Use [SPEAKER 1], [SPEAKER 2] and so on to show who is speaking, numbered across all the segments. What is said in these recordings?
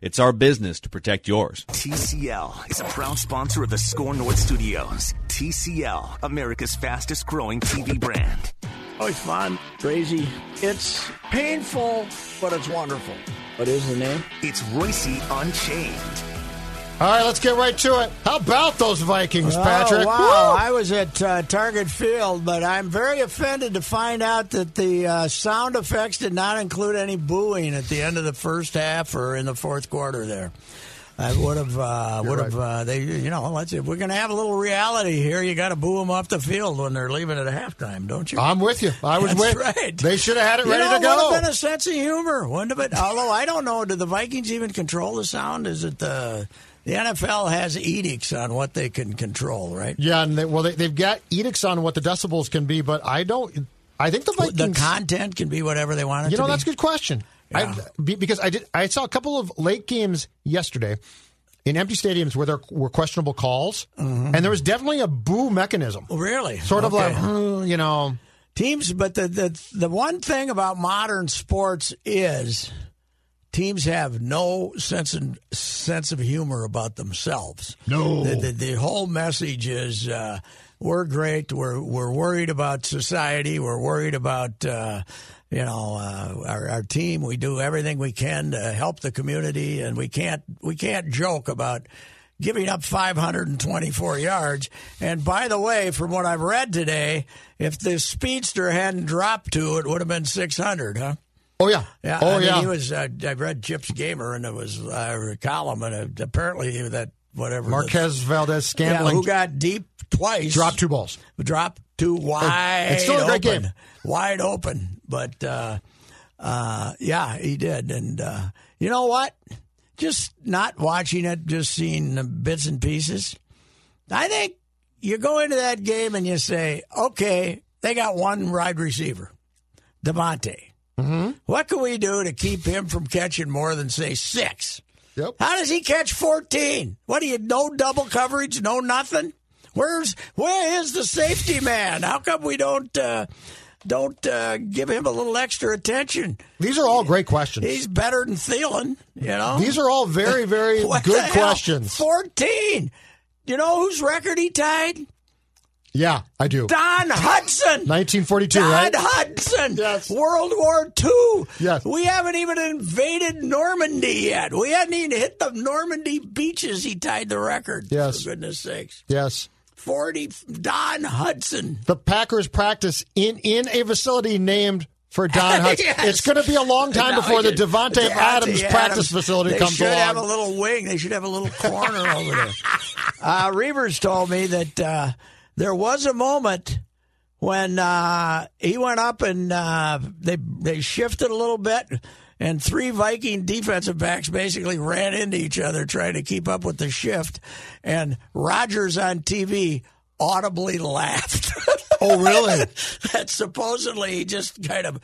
[SPEAKER 1] it's our business to protect yours.
[SPEAKER 2] TCL is a proud sponsor of the Score North Studios. TCL, America's fastest growing TV brand.
[SPEAKER 3] Oh, it's fun, crazy. It's painful, but it's wonderful. What is the name?
[SPEAKER 2] It's Royce Unchained.
[SPEAKER 4] All right, let's get right to it. How about those Vikings,
[SPEAKER 3] Oh,
[SPEAKER 4] Patrick?
[SPEAKER 3] wow.
[SPEAKER 4] Woo!
[SPEAKER 3] I was at uh, Target Field, but I'm very offended to find out that the uh, sound effects did not include any booing at the end of the first half or in the fourth quarter there. I would have, uh, would have, uh, they, you know, let's if we're going to have a little reality here, you got to boo them off the field when they're leaving at halftime, don't you?
[SPEAKER 4] I'm with you. I was
[SPEAKER 3] That's
[SPEAKER 4] with.
[SPEAKER 3] right.
[SPEAKER 4] They should have had it
[SPEAKER 3] You
[SPEAKER 4] ready
[SPEAKER 3] know,
[SPEAKER 4] to
[SPEAKER 3] It
[SPEAKER 4] go.
[SPEAKER 3] would have been a sense of humor, wouldn't it? Although I don't know, do the Vikings even control the sound? Is it the the NFL has edicts on what they can control, right?
[SPEAKER 4] yeah, and they, well, they, they've got edicts on what the decibels can be, but I don't. I think the
[SPEAKER 3] The
[SPEAKER 4] Vikings.
[SPEAKER 3] content can be whatever they want it
[SPEAKER 4] you
[SPEAKER 3] to
[SPEAKER 4] know,
[SPEAKER 3] be.
[SPEAKER 4] that's a good question.
[SPEAKER 3] Yeah.
[SPEAKER 4] I, be- because I did. I saw a couple of late games yesterday in empty stadiums where there were questionable calls, and there was definitely a boo mechanism,
[SPEAKER 3] Mm-hmm. Oh, Really,
[SPEAKER 4] sort of
[SPEAKER 3] Okay.
[SPEAKER 4] like "Hmm," you know.
[SPEAKER 3] teams. But the, the the one thing about modern sports is teams have no sense and sense of humor about themselves. No, the, the, the whole message is uh, we're great. We're we're worried about society. We're worried about. Uh, you know uh, our, our team. We do everything we can to help the community, and we can't we can't joke about giving up 524 yards. And by the way, from what I've read today, if the speedster hadn't dropped to, it would have been 600, huh?
[SPEAKER 4] Oh yeah.
[SPEAKER 3] Yeah,
[SPEAKER 4] oh
[SPEAKER 3] I mean,
[SPEAKER 4] yeah.
[SPEAKER 3] He was. Uh, I read Chip's Gamer, and it was uh, a column, and uh, apparently that whatever the-
[SPEAKER 4] Marquez Valdez
[SPEAKER 3] yeah,
[SPEAKER 4] Scantling
[SPEAKER 3] who got deep twice,
[SPEAKER 4] dropped two balls.
[SPEAKER 3] dropped two wide.
[SPEAKER 4] it's still a great
[SPEAKER 3] open,
[SPEAKER 4] game.
[SPEAKER 3] wide open. But uh, uh, yeah, he did, and uh, you know what? Just not watching it, just seeing the bits and pieces. I think you go into that game and you say, okay, they got one wide receiver, Devontae.
[SPEAKER 4] Mm-hmm.
[SPEAKER 3] What can we do to keep him from catching more than, say, six?
[SPEAKER 4] Yep.
[SPEAKER 3] How does he catch 14? What do you, no double coverage, no nothing? Where's, where is the safety man? How come we don't, uh, don't uh, give him a little extra attention?
[SPEAKER 4] These are all great questions.
[SPEAKER 3] He's better than Thielen, you know?
[SPEAKER 4] These are all very, very
[SPEAKER 3] What the
[SPEAKER 4] good
[SPEAKER 3] hell?
[SPEAKER 4] questions.
[SPEAKER 3] 14. You know whose record he tied?
[SPEAKER 4] Yeah, I do.
[SPEAKER 3] Don Hudson.
[SPEAKER 4] 1942,
[SPEAKER 3] Don
[SPEAKER 4] right?
[SPEAKER 3] Hudson.
[SPEAKER 4] Yes.
[SPEAKER 3] World War II.
[SPEAKER 4] Yes.
[SPEAKER 3] We haven't even invaded Normandy yet. We hadn't even hit the Normandy beaches. He tied the record.
[SPEAKER 4] Yes.
[SPEAKER 3] For goodness sakes.
[SPEAKER 4] Yes.
[SPEAKER 3] 40. Don Hudson.
[SPEAKER 4] The Packers practice in in a facility named for Don Hudson.
[SPEAKER 3] Yes.
[SPEAKER 4] It's going to be a long time
[SPEAKER 3] No,
[SPEAKER 4] before the
[SPEAKER 3] you-
[SPEAKER 4] Devontae Adams practice
[SPEAKER 3] Adams.
[SPEAKER 4] facility
[SPEAKER 3] they
[SPEAKER 4] comes
[SPEAKER 3] should have a
[SPEAKER 4] along.
[SPEAKER 3] little wing. They should have a little corner over there. Uh, Reavers told me that uh, there was a moment when uh, he went up and uh, they they shifted a little bit. And three Viking defensive backs basically ran into each other trying to keep up with the shift. And Rogers on TV audibly laughed.
[SPEAKER 4] oh, really?
[SPEAKER 3] that supposedly he just kind of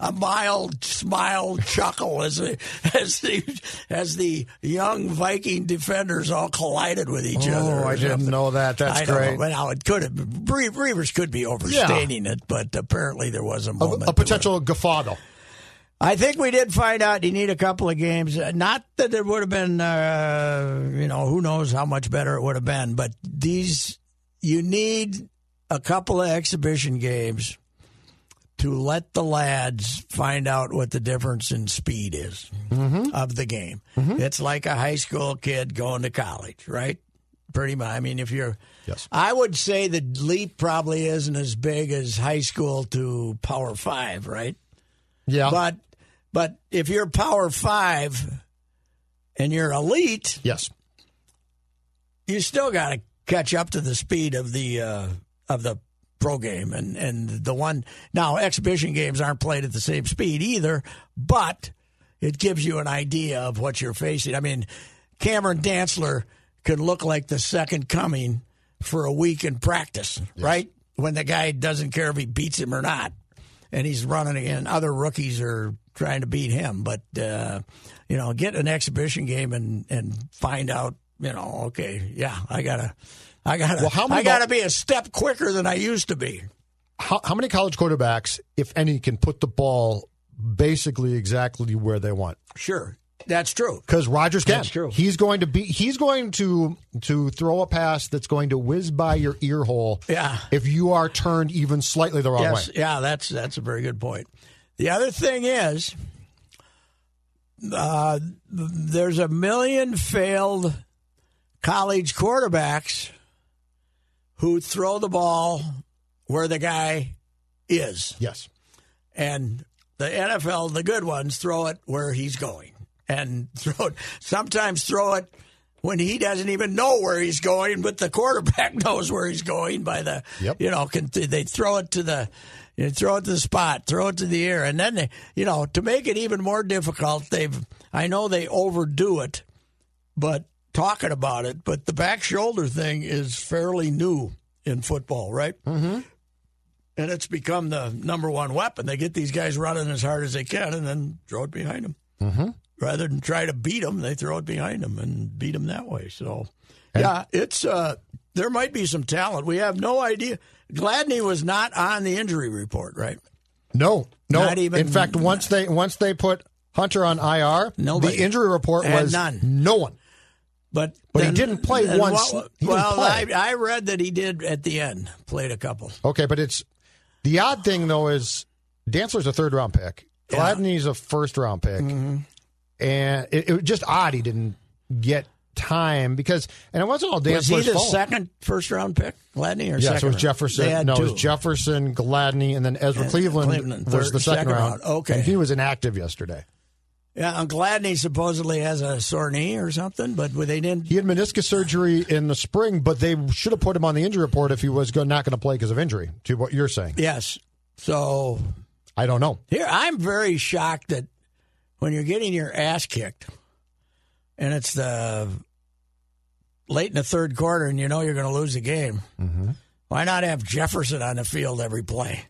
[SPEAKER 3] a mild smile chuckle as the, as the as the young Viking defenders all collided with each
[SPEAKER 4] Oh,
[SPEAKER 3] other. or
[SPEAKER 4] I didn't
[SPEAKER 3] something.
[SPEAKER 4] know that. That's
[SPEAKER 3] I don't
[SPEAKER 4] great.
[SPEAKER 3] Know, but now it could have Bree- Reavers could be overstating it, but apparently there was a
[SPEAKER 4] A,
[SPEAKER 3] moment.
[SPEAKER 4] a potential guffaw, though.
[SPEAKER 3] I think we did find out you need a couple of games. Uh, Not that it would have been, uh, you know, who knows how much better it would have been, but these, you need a couple of exhibition games to let the lads find out what the difference in speed is of the game. It's like a high school kid going to college, right? Pretty much. I mean, if you're,
[SPEAKER 4] Yes.
[SPEAKER 3] I would say the leap probably isn't as big as high school to power five, right?
[SPEAKER 4] Yeah.
[SPEAKER 3] But but if you're power five and you're elite,
[SPEAKER 4] yes.
[SPEAKER 3] you still got to catch up to the speed of the uh, of the pro game and and the one now exhibition games aren't played at the same speed either, but it gives you an idea of what you're facing. I mean, Cameron Dantzler could look like the second coming for a week in practice, right? When the guy doesn't care if he beats him or not, and he's running again. Other rookies are trying to beat him, but uh, you know, get an exhibition game and and find out. You know, okay, yeah, I gotta, I gotta,
[SPEAKER 4] Well, how many
[SPEAKER 3] I gotta
[SPEAKER 4] ball-
[SPEAKER 3] be a step quicker than I used to be.
[SPEAKER 4] How, how many college quarterbacks, if any, can put the ball basically exactly where they want?
[SPEAKER 3] Sure, that's true.
[SPEAKER 4] Because Rogers can.
[SPEAKER 3] That's true.
[SPEAKER 4] He's going to be. He's going to to throw a pass that's going to whiz by your ear hole.
[SPEAKER 3] Yeah.
[SPEAKER 4] If you are turned even slightly the wrong
[SPEAKER 3] yes,
[SPEAKER 4] way.
[SPEAKER 3] yeah, that's that's a very good point. The other thing is, uh, there's a million failed college quarterbacks who throw the ball where the guy is.
[SPEAKER 4] Yes.
[SPEAKER 3] and the NFL, the good ones, throw it where he's going, and throw it, sometimes throw it when he doesn't even know where he's going, but the quarterback knows where he's going by the
[SPEAKER 4] Yep.
[SPEAKER 3] you know can, they throw it to the you throw it to the spot, throw it to the air, and then they you know to make it even more difficult, they've I know they overdo it, but talking about it, but the back shoulder thing is fairly new in football, right? and it's become the number one weapon. They get these guys running as hard as they can, and then throw it behind them. Mm-hmm. Rather than try to beat them, they throw it behind them and beat them that way. So, yeah, it's uh, there might be some talent. We have no idea. Gladney was not on the injury report, right?
[SPEAKER 4] No. No.
[SPEAKER 3] Not even-
[SPEAKER 4] In fact, once they once they put Hunter on IR,
[SPEAKER 3] Nobody.
[SPEAKER 4] the injury report
[SPEAKER 3] Had
[SPEAKER 4] was
[SPEAKER 3] none.
[SPEAKER 4] no one.
[SPEAKER 3] But
[SPEAKER 4] But he didn't play
[SPEAKER 3] and
[SPEAKER 4] once.
[SPEAKER 3] what-
[SPEAKER 4] He didn't
[SPEAKER 3] well,
[SPEAKER 4] play.
[SPEAKER 3] I, I read that he did at the end. Played a couple.
[SPEAKER 4] Okay, but it's the odd thing though is Dantzler's a third round pick. Gladney's a first round pick,
[SPEAKER 3] Mm-hmm.
[SPEAKER 4] and it, it was just odd he didn't get time because and it wasn't all
[SPEAKER 3] Was he
[SPEAKER 4] Dantzler's
[SPEAKER 3] the
[SPEAKER 4] fault.
[SPEAKER 3] second first round pick, Gladney, or
[SPEAKER 4] Yes,
[SPEAKER 3] second?
[SPEAKER 4] it was
[SPEAKER 3] round?
[SPEAKER 4] Jefferson.
[SPEAKER 3] They had
[SPEAKER 4] no, it was
[SPEAKER 3] two.
[SPEAKER 4] Jefferson, Gladney, and then Ezra
[SPEAKER 3] And
[SPEAKER 4] Cleveland,
[SPEAKER 3] Cleveland,
[SPEAKER 4] was
[SPEAKER 3] third-
[SPEAKER 4] the second,
[SPEAKER 3] second
[SPEAKER 4] round.
[SPEAKER 3] round. Okay.
[SPEAKER 4] and he was inactive yesterday.
[SPEAKER 3] Yeah, I'm glad he supposedly has a sore knee or something, but they didn't.
[SPEAKER 4] He had meniscus surgery in the spring, but they should have put him on the injury report if he was go- not going to play because of injury. To what you're saying,
[SPEAKER 3] Yes. So
[SPEAKER 4] I don't know.
[SPEAKER 3] here, I'm very shocked that when you're getting your ass kicked and it's the late in the third quarter and you know you're going to lose the game, why not have Jefferson on the field every play?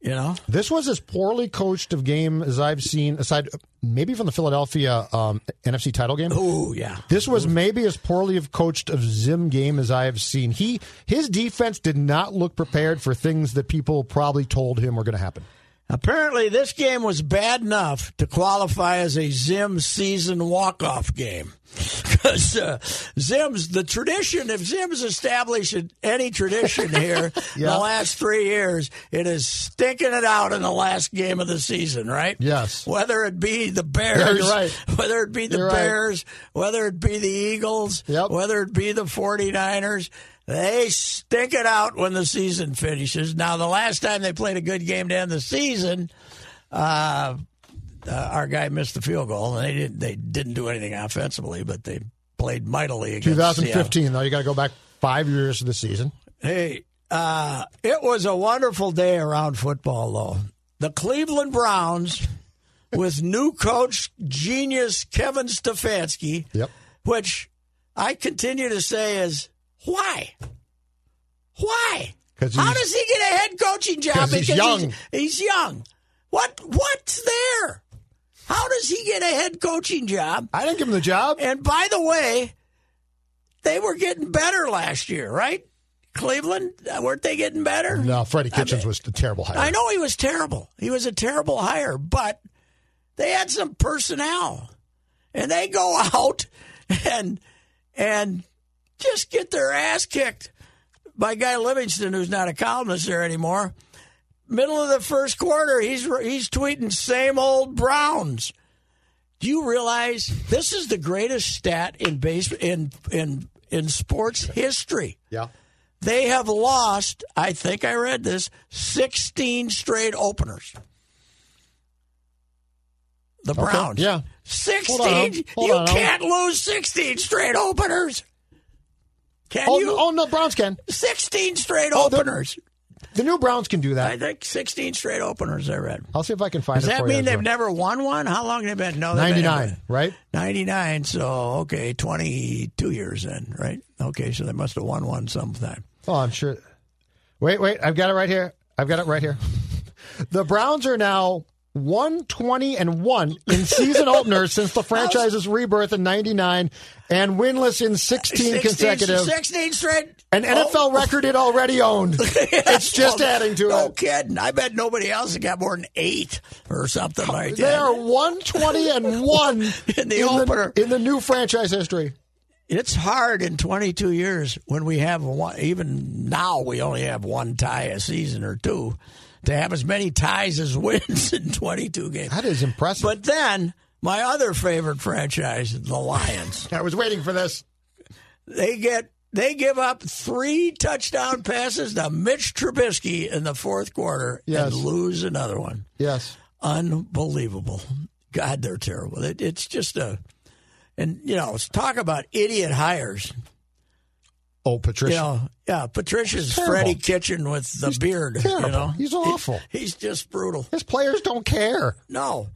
[SPEAKER 3] You know?
[SPEAKER 4] This was as poorly coached of game as I've seen, aside maybe from the Philadelphia um, NFC title game.
[SPEAKER 3] Oh, yeah.
[SPEAKER 4] This was maybe as poorly of coached of Zim game as I have seen. He his defense did not look prepared for things that people probably told him were going to happen.
[SPEAKER 3] Apparently, this game was bad enough to qualify as a Zim season walk-off game. Because uh, Zim's the tradition. If Zim's established any tradition here in
[SPEAKER 4] Yeah.
[SPEAKER 3] the last three years, it is stinking it out in the last game of the season, right?
[SPEAKER 4] Yes.
[SPEAKER 3] Whether it be the Bears,
[SPEAKER 4] Yeah, you're right.
[SPEAKER 3] whether it be the
[SPEAKER 4] You're right.
[SPEAKER 3] Bears, whether it be the Eagles,
[SPEAKER 4] Yep.
[SPEAKER 3] whether it be the 49ers. They stink it out when the season finishes. Now, the last time they played a good game to end the season, uh, uh, our guy missed the field goal, and they didn't. They didn't do anything offensively, but they played mightily against Seattle.
[SPEAKER 4] 2015, though, you got to go back five years of the season.
[SPEAKER 3] Hey, uh, it was a wonderful day around football, though. The Cleveland Browns, with new coach genius Kevin Stefanski,
[SPEAKER 4] Yep.
[SPEAKER 3] which I continue to say is why? Why?
[SPEAKER 4] 'Cause
[SPEAKER 3] How
[SPEAKER 4] he's-
[SPEAKER 3] does he get a head coaching job?
[SPEAKER 4] 'cause he's young.
[SPEAKER 3] He's, he's young. What what's there? How does he get a head coaching job?
[SPEAKER 4] I didn't give him the job.
[SPEAKER 3] And by the way, they were getting better last year, right? Cleveland, uh, weren't they getting better?
[SPEAKER 4] No, Freddie Kitchens was a terrible hire.
[SPEAKER 3] I know he was terrible. He was a terrible hire, but they had some personnel, and they go out and and just get their ass kicked by Guy Livingston, who's not a columnist there anymore. Middle of the first quarter, he's he's tweeting same old Browns. Do you realize this is the greatest stat in base in in in sports history?
[SPEAKER 4] Yeah.
[SPEAKER 3] They have lost, I think I read this, 16 straight openers. The Browns.
[SPEAKER 4] yeah.
[SPEAKER 3] 16.
[SPEAKER 4] Hold on, hold
[SPEAKER 3] you
[SPEAKER 4] on.
[SPEAKER 3] can't lose 16 straight openers. Can
[SPEAKER 4] Oh,
[SPEAKER 3] you?
[SPEAKER 4] no, oh no, Browns can.
[SPEAKER 3] 16 straight
[SPEAKER 4] Oh, they're-
[SPEAKER 3] openers.
[SPEAKER 4] The new Browns can do
[SPEAKER 3] I
[SPEAKER 4] that.
[SPEAKER 3] think 16 straight openers, I read.
[SPEAKER 4] I'll see if I can find
[SPEAKER 3] Does
[SPEAKER 4] it
[SPEAKER 3] that
[SPEAKER 4] for
[SPEAKER 3] mean
[SPEAKER 4] you.
[SPEAKER 3] they've never won one? How long have they been? No, they've been-
[SPEAKER 4] Ninety nine, right?
[SPEAKER 3] 99, so okay, 22 years then, right? Okay, so they must have won one sometime.
[SPEAKER 4] Oh, I'm sure. Wait, wait. I've got it right here. I've got it right here. The Browns are now 120 and 1 in season openers since the franchise's rebirth in 99 and winless in 16,
[SPEAKER 3] 16
[SPEAKER 4] consecutive.
[SPEAKER 3] 16 straight. Oh.
[SPEAKER 4] An NFL record it already owned. It's just adding to
[SPEAKER 3] no
[SPEAKER 4] it.
[SPEAKER 3] kidding. I bet nobody else has got more than eight or something like
[SPEAKER 4] They
[SPEAKER 3] that.
[SPEAKER 4] are 120 and 1
[SPEAKER 3] In the opener.
[SPEAKER 4] in the new franchise history.
[SPEAKER 3] It's hard in 22 years when we have one, even now we only have one tie a season or two, to have as many ties as wins in 22 games.
[SPEAKER 4] That is impressive.
[SPEAKER 3] But then my other favorite franchise, the Lions.
[SPEAKER 4] I was waiting for this.
[SPEAKER 3] they get they give up three touchdown passes to Mitch Trubisky in the fourth quarter
[SPEAKER 4] Yes.
[SPEAKER 3] and lose another one.
[SPEAKER 4] Yes.
[SPEAKER 3] Unbelievable. God, they're terrible. It, it's just a and you know, talk about idiot hires.
[SPEAKER 4] Oh,
[SPEAKER 3] You
[SPEAKER 4] Patricia.
[SPEAKER 3] know, yeah, Patricia's
[SPEAKER 4] Terrible.
[SPEAKER 3] Freddie Kitchen with the beard.
[SPEAKER 4] terrible.
[SPEAKER 3] You know,
[SPEAKER 4] He's awful.
[SPEAKER 3] He- he's just brutal.
[SPEAKER 4] His players don't care.
[SPEAKER 3] No.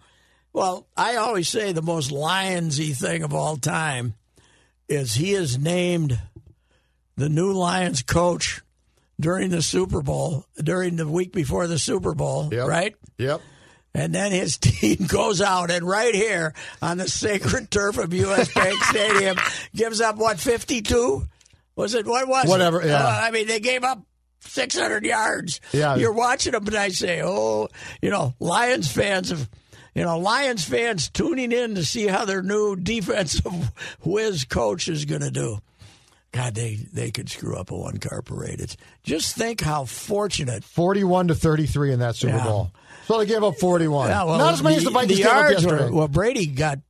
[SPEAKER 3] Well, I always say the most Lionsy thing of all time is he is named the new Lions coach during the Super Bowl, during the week before the Super Bowl,
[SPEAKER 4] Yep.
[SPEAKER 3] right?
[SPEAKER 4] Yep.
[SPEAKER 3] And then his team goes out and right here on the sacred turf of U.S. Bank Stadium gives up what fifty-two? Was it what was it?
[SPEAKER 4] Whatever, yeah.
[SPEAKER 3] Uh, I mean, they gave up six hundred yards.
[SPEAKER 4] Yeah.
[SPEAKER 3] you're watching them, and I say, oh, you know, Lions fans have. You know, Lions fans tuning in to see how their new defensive whiz coach is going to do. God, they, they could screw up a one car parade. It's, just think how fortunate
[SPEAKER 4] 41 to 33 in that Super
[SPEAKER 3] Yeah.
[SPEAKER 4] Bowl. So they gave up 41.
[SPEAKER 3] Yeah, well,
[SPEAKER 4] Not as many as the Vikings gave up
[SPEAKER 3] yards were-
[SPEAKER 4] yesterday.
[SPEAKER 3] well, Brady got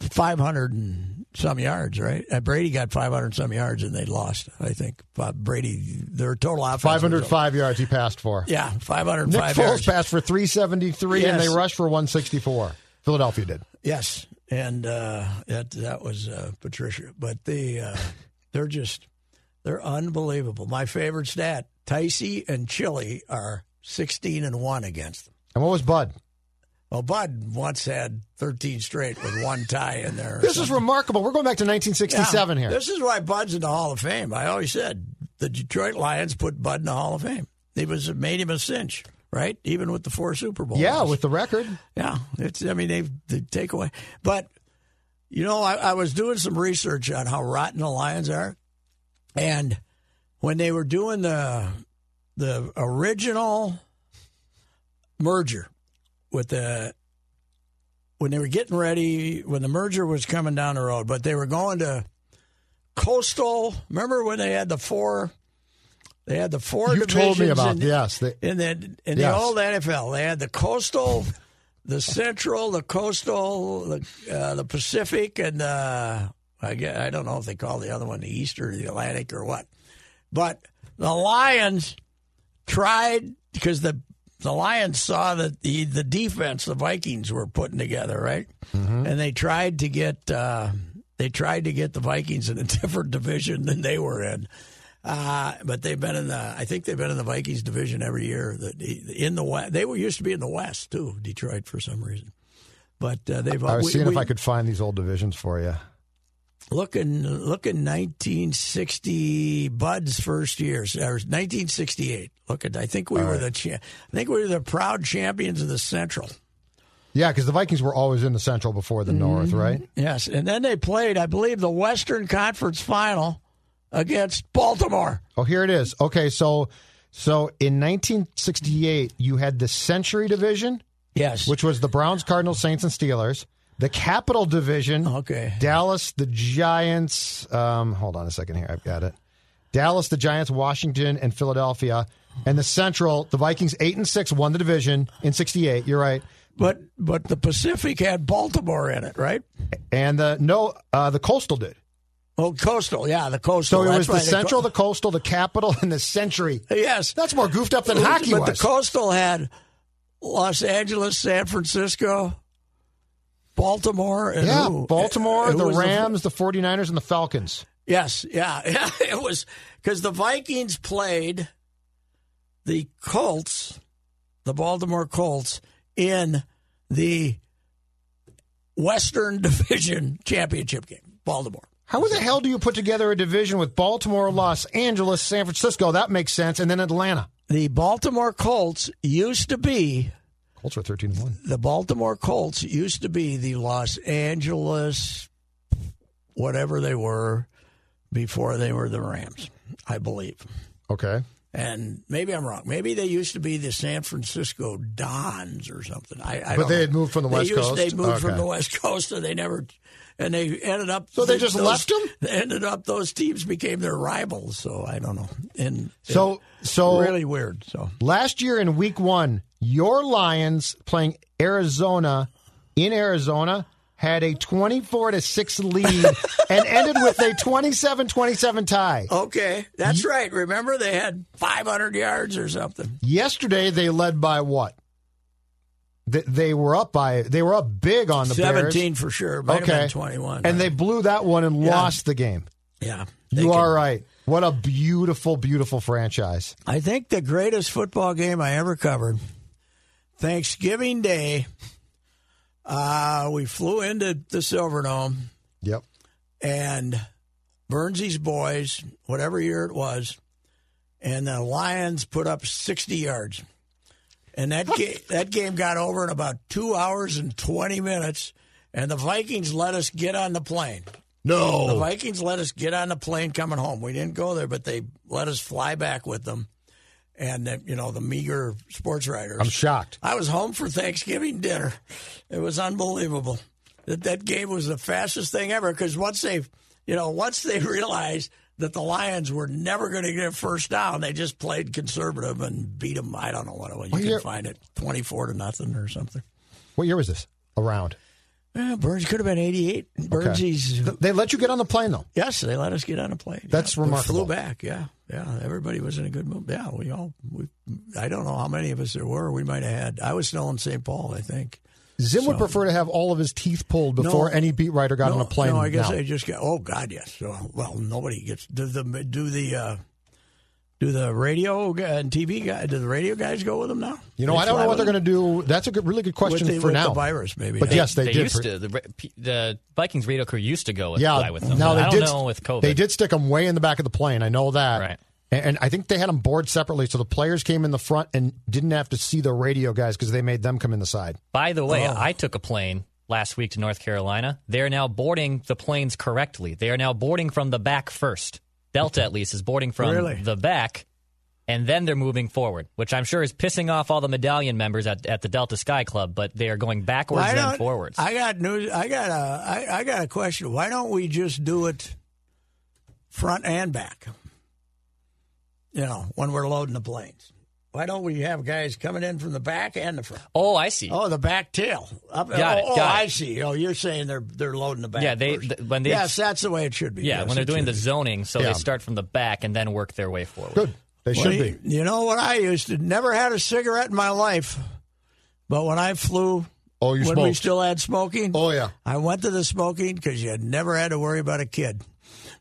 [SPEAKER 3] 500 and some yards, right? Uh, Brady got 500 and some yards, and they lost, I think. Bob Brady, their total offense. was-
[SPEAKER 4] 505 yards he passed for.
[SPEAKER 3] Yeah,
[SPEAKER 4] Nick
[SPEAKER 3] 505
[SPEAKER 4] Foles
[SPEAKER 3] yards.
[SPEAKER 4] passed for 373 and
[SPEAKER 3] Yes.
[SPEAKER 4] they rushed for 164. Philadelphia did.
[SPEAKER 3] Yes, and uh, that, that was uh, Patricia. But they, uh, they're just, they're unbelievable. My favorite stat, Ticey and Chili are 16 and 1 against them.
[SPEAKER 4] And what was Bud?
[SPEAKER 3] Well, Bud once had 13 straight with one tie in there. or
[SPEAKER 4] This is
[SPEAKER 3] something.
[SPEAKER 4] remarkable. We're going back to 1967
[SPEAKER 3] Yeah.
[SPEAKER 4] here.
[SPEAKER 3] This is why Bud's in the Hall of Fame. I always said the Detroit Lions put Bud in the Hall of Fame. They was made him a cinch, right? Even with the four Super Bowls.
[SPEAKER 4] yeah, with the record.
[SPEAKER 3] yeah. It's I mean they've they take away, but you know I, I was doing some research on how rotten the Lions are, and when they were doing the the original merger with the when they were getting ready when the merger was coming down the road but they were going to coastal remember when they had the four they had the four
[SPEAKER 4] You told me
[SPEAKER 3] divisions
[SPEAKER 4] about
[SPEAKER 3] in-
[SPEAKER 4] yes. They,
[SPEAKER 3] in the in the
[SPEAKER 4] Yes.
[SPEAKER 3] old NFL, they had the coastal, the central, the coastal, the uh, the Pacific, and uh, I guess, I don't know if they call the other one the East or the Atlantic or what. But the Lions tried because the the Lions saw that the the defense the Vikings were putting together, right?
[SPEAKER 4] Mm-hmm.
[SPEAKER 3] And they tried to get uh, they tried to get the Vikings in a different division than they were in. Uh, but they've been in the I think they've been in the Vikings division every year. That in the West they were used to be in the West too, Detroit for some reason. But uh, they've
[SPEAKER 4] I was
[SPEAKER 3] we-
[SPEAKER 4] seeing if
[SPEAKER 3] we-
[SPEAKER 4] I could find these old divisions for you.
[SPEAKER 3] Looking, looking, 1960 Bud's first years, or 1968. Look at, I think we were the cha- I think we were the proud champions of the Central.
[SPEAKER 4] Yeah, because the Vikings were always in the Central before the North,
[SPEAKER 3] Mm-hmm.
[SPEAKER 4] right?
[SPEAKER 3] Yes, and then they played, I believe, the Western Conference Final against Baltimore.
[SPEAKER 4] Oh, here it is. Okay, so so in 1968, you had the Century Division,
[SPEAKER 3] Yes,
[SPEAKER 4] which was the Browns, Cardinals, Saints, and Steelers. The Capital Division,
[SPEAKER 3] okay,
[SPEAKER 4] Dallas, the Giants. Um, hold on a second here. I've got it. Dallas, the Giants, Washington, and Philadelphia. And the Central, the Vikings, eight and six, won the division in '68. You're right.
[SPEAKER 3] but but the Pacific had Baltimore in it, right?
[SPEAKER 4] And the no, uh, the Coastal did.
[SPEAKER 3] Oh, Coastal, yeah, the Coastal.
[SPEAKER 4] So it was
[SPEAKER 3] That's
[SPEAKER 4] the
[SPEAKER 3] right,
[SPEAKER 4] Central,
[SPEAKER 3] Co-
[SPEAKER 4] the Coastal, the Capital, and the Century.
[SPEAKER 3] yes,
[SPEAKER 4] That's more goofed up than hockey
[SPEAKER 3] but
[SPEAKER 4] was.
[SPEAKER 3] the Coastal had Los Angeles, San Francisco, Baltimore, and
[SPEAKER 4] yeah,
[SPEAKER 3] who-
[SPEAKER 4] Baltimore,
[SPEAKER 3] who
[SPEAKER 4] the
[SPEAKER 3] was
[SPEAKER 4] Rams, the 49ers, and the Falcons.
[SPEAKER 3] Yes, yeah, yeah. It was because the Vikings played the Colts, the Baltimore Colts, in the Western Division Championship game, Baltimore.
[SPEAKER 4] How the hell do you put together a division with Baltimore, Los Angeles, San Francisco? That makes sense. And then Atlanta.
[SPEAKER 3] The Baltimore Colts used to be
[SPEAKER 4] Colts were 13 1.
[SPEAKER 3] the Baltimore Colts used to be the Los Angeles, whatever they were before they were the Rams, I believe.
[SPEAKER 4] Okay.
[SPEAKER 3] and maybe I'm wrong. Maybe they used to be the San Francisco Dons or something. I, I
[SPEAKER 4] But
[SPEAKER 3] don't
[SPEAKER 4] they
[SPEAKER 3] know.
[SPEAKER 4] had moved from the
[SPEAKER 3] They
[SPEAKER 4] West
[SPEAKER 3] used-
[SPEAKER 4] Coast?
[SPEAKER 3] They moved from
[SPEAKER 4] Okay.
[SPEAKER 3] the West Coast, and they never, and they ended up.
[SPEAKER 4] So they just left 'em?
[SPEAKER 3] They ended up those teams became their rivals. So I don't know. And
[SPEAKER 4] So, oh. so
[SPEAKER 3] really weird. So
[SPEAKER 4] last year in week one, your Lions playing Arizona in Arizona had a 24 to 6 lead and ended with a 27 27 tie.
[SPEAKER 3] okay, that's right. Remember they had 500 yards or something.
[SPEAKER 4] Yesterday they led by what? They, they were up by they were up big on the
[SPEAKER 3] 17
[SPEAKER 4] Bears,
[SPEAKER 3] for sure. Might have
[SPEAKER 4] Okay.
[SPEAKER 3] been 21.
[SPEAKER 4] and they blew that one and lost the game.
[SPEAKER 3] yeah. they
[SPEAKER 4] You
[SPEAKER 3] can-
[SPEAKER 4] are uh, right. What a beautiful, beautiful franchise.
[SPEAKER 3] I think the greatest football game I ever covered, Thanksgiving Day. Uh, we flew into the Silverdome
[SPEAKER 4] Yep.
[SPEAKER 3] and Burnsy's boys, whatever year it was, and the Lions put up 60 yards. And that ga- that game got over in about two hours and 20 minutes, and the Vikings let us get on the plane. The
[SPEAKER 4] No.
[SPEAKER 3] Vikings let us get on the plane coming home. We didn't go there, but they let us fly back with them. And, uh, you know, the meager sports writers.
[SPEAKER 4] I'm shocked.
[SPEAKER 3] I was home for Thanksgiving dinner. It was unbelievable. That that game was the fastest thing ever because once they, you know, once they realized that the Lions were never going to get a first down, they just played conservative and beat them. I don't know what it was. You
[SPEAKER 4] Well,
[SPEAKER 3] can
[SPEAKER 4] you're-
[SPEAKER 3] find it twenty four to nothing or something.
[SPEAKER 4] What year was this? Around.
[SPEAKER 3] Yeah, Burns could have been eighty eight. Burnsy's
[SPEAKER 4] Th- They let you get on the plane though.
[SPEAKER 3] Yes, they let us get on a plane.
[SPEAKER 4] That's
[SPEAKER 3] yeah.
[SPEAKER 4] remarkable.
[SPEAKER 3] We flew back. Yeah, yeah. Everybody was in a good mood. Yeah, we all. We, I don't know how many of us there were. We might have had. I was still in St. Paul, I think.
[SPEAKER 4] Zim would prefer to have all of his teeth pulled before
[SPEAKER 3] No.
[SPEAKER 4] any beat writer got
[SPEAKER 3] no,
[SPEAKER 4] on a plane.
[SPEAKER 3] No, I guess
[SPEAKER 4] now.
[SPEAKER 3] I just got. Oh God, yes. So, well, nobody gets. Do the do the uh, do the radio guy and TV guy? Do the radio guys go with them now?
[SPEAKER 4] you know, I don't know what they're going to do. That's a good, really good question
[SPEAKER 3] with the,
[SPEAKER 4] for
[SPEAKER 3] with
[SPEAKER 4] now.
[SPEAKER 3] The virus, maybe.
[SPEAKER 4] But
[SPEAKER 3] yeah.
[SPEAKER 4] yes, they, did.
[SPEAKER 5] used to. The, the Vikings radio crew used to go with,
[SPEAKER 4] yeah,
[SPEAKER 5] fly with them.
[SPEAKER 4] now
[SPEAKER 5] but
[SPEAKER 4] they
[SPEAKER 5] I don't
[SPEAKER 4] did.
[SPEAKER 5] know with COVID.
[SPEAKER 4] They did stick them way in the back of the plane. I know that.
[SPEAKER 5] Right.
[SPEAKER 4] And, and I think they had them board separately, so the players came in the front and didn't have to see the radio guys because they made them come in the side.
[SPEAKER 5] By the
[SPEAKER 4] Oh.
[SPEAKER 5] way, I took a plane last week to North Carolina. They are now boarding the planes correctly. They are now boarding from the back first. Delta, at least, is boarding from
[SPEAKER 3] Really?
[SPEAKER 5] the back, and then they're moving forward, which I'm sure is pissing off all the medallion members at, at the Delta Sky Club. But they are going backwards
[SPEAKER 3] Why
[SPEAKER 5] and then
[SPEAKER 3] don't-
[SPEAKER 5] forwards.
[SPEAKER 3] I got news. I got a. I, I got a question. Why don't we just do it front and back? You know, when we're loading the planes. Why don't we have guys coming in from the back and the front?
[SPEAKER 5] oh, I see.
[SPEAKER 3] Oh, the back tail. Up,
[SPEAKER 5] Got
[SPEAKER 3] oh,
[SPEAKER 5] it,
[SPEAKER 3] oh,
[SPEAKER 5] got
[SPEAKER 3] I
[SPEAKER 5] it.
[SPEAKER 3] see. Oh, you're saying they're they're loading the back.
[SPEAKER 5] Yeah, they-
[SPEAKER 3] first.
[SPEAKER 5] th- when they-
[SPEAKER 3] yes, that's the way it should be.
[SPEAKER 5] yeah,
[SPEAKER 3] Yes,
[SPEAKER 5] when they're
[SPEAKER 3] it
[SPEAKER 5] doing
[SPEAKER 3] should
[SPEAKER 5] the
[SPEAKER 3] be.
[SPEAKER 5] zoning, so
[SPEAKER 4] Yeah.
[SPEAKER 5] they start from the back and then work their way forward.
[SPEAKER 4] Good. They
[SPEAKER 3] Well,
[SPEAKER 4] should be.
[SPEAKER 3] you- You know what I used to never had a cigarette in my life, but when I flew,
[SPEAKER 4] Oh, you
[SPEAKER 3] when we
[SPEAKER 4] smoked.
[SPEAKER 3] still had smoking.
[SPEAKER 4] Oh, yeah.
[SPEAKER 3] I went to the smoking because you had never had to worry about a kid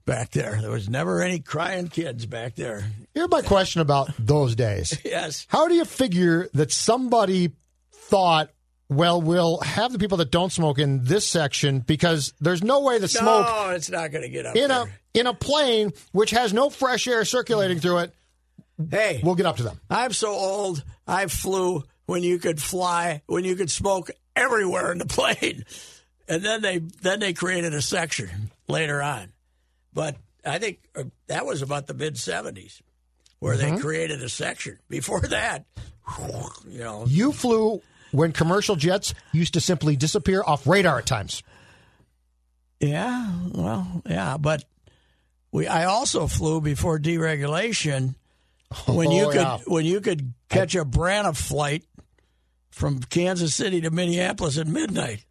[SPEAKER 3] back there. There was never any crying kids back there.
[SPEAKER 4] Here's my question about those days.
[SPEAKER 3] Yes.
[SPEAKER 4] How do you figure that somebody thought well, we'll have the people that don't smoke in this section because there's no way the smoke
[SPEAKER 3] No, it's not going to get up
[SPEAKER 4] in a
[SPEAKER 3] there.
[SPEAKER 4] in a plane which has no fresh air circulating through it
[SPEAKER 3] Hey,
[SPEAKER 4] will get up to them.
[SPEAKER 3] I'm so old. I flew when you could fly, when you could smoke everywhere in the plane, and then they then they created a section later on. But I think uh, that was about the mid '70s where they created a section. Before that, you know,
[SPEAKER 4] You flew when commercial jets used to simply disappear off radar at times.
[SPEAKER 3] yeah, well, yeah, but we. I also flew before deregulation. when you
[SPEAKER 4] Oh,
[SPEAKER 3] could
[SPEAKER 4] yeah.
[SPEAKER 3] when you could catch a Brana flight from Kansas City to Minneapolis at midnight.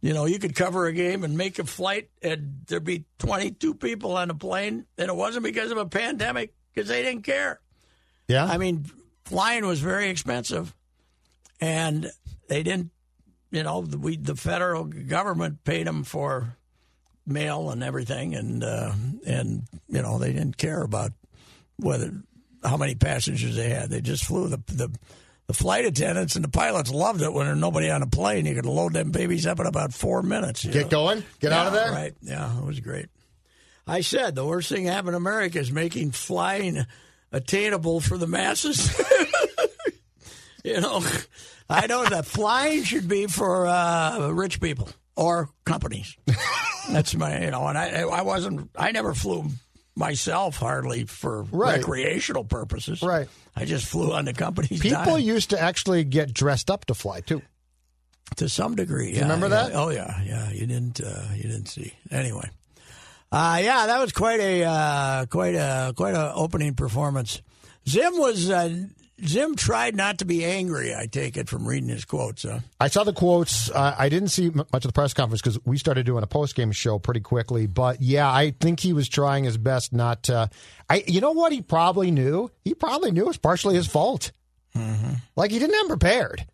[SPEAKER 3] You know, you could cover a game and make a flight, and there'd be 22 people on the plane, and it wasn't because of a pandemic, because they didn't care.
[SPEAKER 4] Yeah.
[SPEAKER 3] I mean, flying was very expensive, and they didn't. You know, the- we the federal government paid them for mail and everything, and uh, and you know they didn't care about whether how many passengers they had. They just flew the the. The flight attendants and the pilots loved it when there's nobody on a plane. You could load them babies up in about four minutes. you know?
[SPEAKER 4] Get going. Get out of
[SPEAKER 3] Yeah,
[SPEAKER 4] there.
[SPEAKER 3] Right. Yeah, it was great. I said the worst thing that happened to America is making flying attainable for the masses. you know, I know that flying should be for uh, rich people or companies. That's my, you know, and I, I wasn't, I never flew myself hardly for
[SPEAKER 4] Right.
[SPEAKER 3] recreational purposes.
[SPEAKER 4] Right.
[SPEAKER 3] I just flew on the company's
[SPEAKER 4] People
[SPEAKER 3] dime,
[SPEAKER 4] used to actually get dressed up to fly too.
[SPEAKER 3] to some degree. yeah,
[SPEAKER 4] remember
[SPEAKER 3] yeah.
[SPEAKER 4] that?
[SPEAKER 3] Oh yeah, yeah. You didn't, uh, you didn't see. Anyway, Uh, yeah, that was quite a uh, quite a quite a opening performance. Zim was uh, Zim tried not to be angry. I take it from reading his quotes. Huh?
[SPEAKER 4] I saw the quotes. Uh, I didn't see m- much of the press conference because we started doing a post game show pretty quickly. But yeah, I think he was trying his best not to. I, you know what? He probably knew. He probably knew it was partially his fault.
[SPEAKER 3] Mm-hmm.
[SPEAKER 4] Like he didn't have him prepared.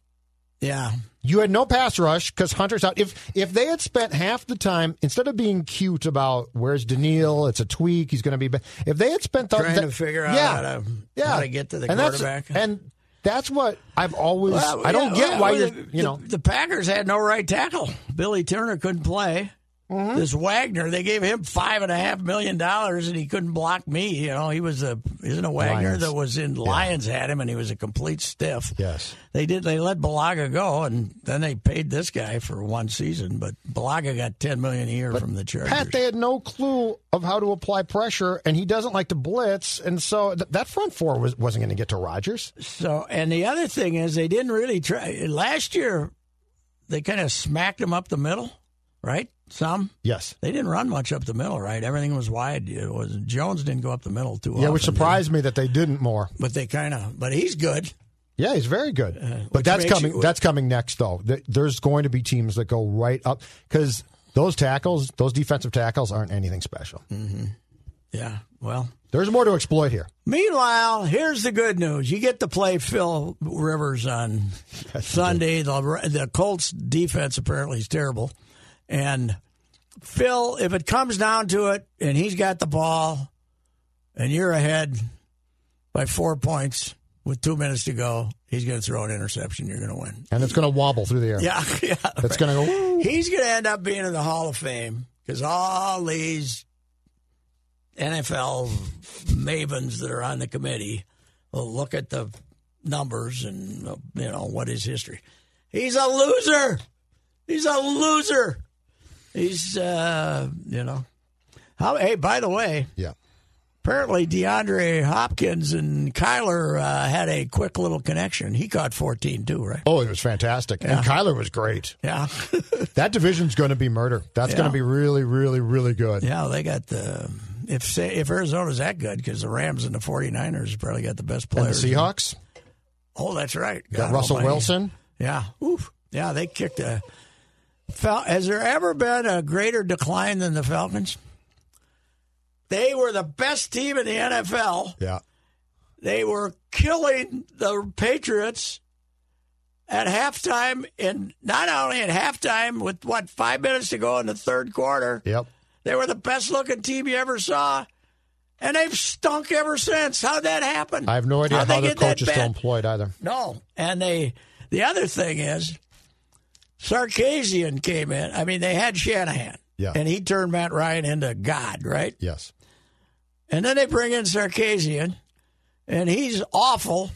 [SPEAKER 3] Yeah,
[SPEAKER 4] You had no pass rush because Hunter's out. If if they had spent half the time instead of being cute about where's Daniil, it's a tweak, he's going to be. ba-" If they had spent the,
[SPEAKER 3] trying
[SPEAKER 4] that-
[SPEAKER 3] to figure out
[SPEAKER 4] yeah,
[SPEAKER 3] how, to,
[SPEAKER 4] yeah,
[SPEAKER 3] how to get to the
[SPEAKER 4] and
[SPEAKER 3] quarterback.
[SPEAKER 4] That's, and that's what I've always.
[SPEAKER 3] Well,
[SPEAKER 4] I don't
[SPEAKER 3] yeah,
[SPEAKER 4] get why
[SPEAKER 3] well,
[SPEAKER 4] you're.
[SPEAKER 3] the-
[SPEAKER 4] You know,
[SPEAKER 3] the, the Packers had no right tackle. Billy Turner couldn't play.
[SPEAKER 4] Mm-hmm.
[SPEAKER 3] This Wagner, they gave him five and a half million dollars, and he couldn't block me. You know, he was a isn't a Wagner
[SPEAKER 4] Lions.
[SPEAKER 3] that was in Lions had him, and he was a complete stiff.
[SPEAKER 4] Yes.
[SPEAKER 3] they did. They let Balaga go, and then they paid this guy for one season. But Balaga got ten million a year from the Chargers.
[SPEAKER 4] Pat, they had no clue of how to apply pressure, and he doesn't like to blitz, and so th- that front four was, wasn't going to get to Rodgers.
[SPEAKER 3] So, and the other thing is, they didn't really try. Last year, they kind of smacked him up the middle, right? Some.
[SPEAKER 4] Yes.
[SPEAKER 3] They didn't run much up the middle, right? Everything was wide. It was Jones didn't go up the middle too often.
[SPEAKER 4] Yeah, which surprised me that they didn't more.
[SPEAKER 3] But they kind of. But he's good.
[SPEAKER 4] Yeah, he's very good,
[SPEAKER 3] Uh, which
[SPEAKER 4] but that's
[SPEAKER 3] makes
[SPEAKER 4] coming.
[SPEAKER 3] you-
[SPEAKER 4] that's coming next, though. Th- There's going to be teams that go right up because those tackles, those defensive tackles, aren't anything special.
[SPEAKER 3] Mm. Yeah. Well.
[SPEAKER 4] There's more to exploit here.
[SPEAKER 3] Meanwhile, here's the good news: you get to play Phil Rivers on Sunday. The the Colts defense apparently is terrible, and Phil, if it comes down to it, and he's got the ball, and you're ahead by four points with two minutes to go, he's going to throw an interception. You're going to win.
[SPEAKER 4] And it's going to wobble through the air.
[SPEAKER 3] Yeah, yeah.
[SPEAKER 4] It's going to go.
[SPEAKER 3] He's going to end up being in the Hall of Fame because all these NFL mavens that are on the committee will look at the numbers and, uh, you know, what is history. He's a loser. He's a loser. He's, uh, you know. How, hey, by the way,
[SPEAKER 4] Yeah.
[SPEAKER 3] apparently DeAndre Hopkins and Kyler uh, had a quick little connection. He caught 14 too, right?
[SPEAKER 4] Oh, it was fantastic. And Kyler was great.
[SPEAKER 3] Yeah.
[SPEAKER 4] That division's going to be murder. That's
[SPEAKER 3] Yeah.
[SPEAKER 4] going to be really, really, really good.
[SPEAKER 3] Yeah, they got the if say, if Arizona's that good because the Rams and the 49ers probably got the best
[SPEAKER 4] And the
[SPEAKER 3] players.
[SPEAKER 4] Seahawks
[SPEAKER 3] Oh, that's right.
[SPEAKER 4] got
[SPEAKER 3] God
[SPEAKER 4] Russell
[SPEAKER 3] almighty.
[SPEAKER 4] Wilson.
[SPEAKER 3] Yeah. Oof. Yeah, they kicked a. Fal- Has there ever been a greater decline than the Falcons? They were the best team in the NFL.
[SPEAKER 4] Yeah.
[SPEAKER 3] They were killing the Patriots at halftime, and not only at halftime with what five minutes to go in the third quarter.
[SPEAKER 4] Yep.
[SPEAKER 3] They were the best looking team you ever saw, and they've stunk ever since. How'd that happen?
[SPEAKER 4] I have no idea
[SPEAKER 3] How'd
[SPEAKER 4] how
[SPEAKER 3] they
[SPEAKER 4] their
[SPEAKER 3] get that
[SPEAKER 4] coach is still
[SPEAKER 3] bad?
[SPEAKER 4] employed either.
[SPEAKER 3] No, and they. The other thing is, Sarkisian came in. I mean, they had Shanahan.
[SPEAKER 4] Yeah.
[SPEAKER 3] And he turned Matt Ryan into God, right?
[SPEAKER 4] Yes.
[SPEAKER 3] And then they bring in Sarkisian, and he's awful.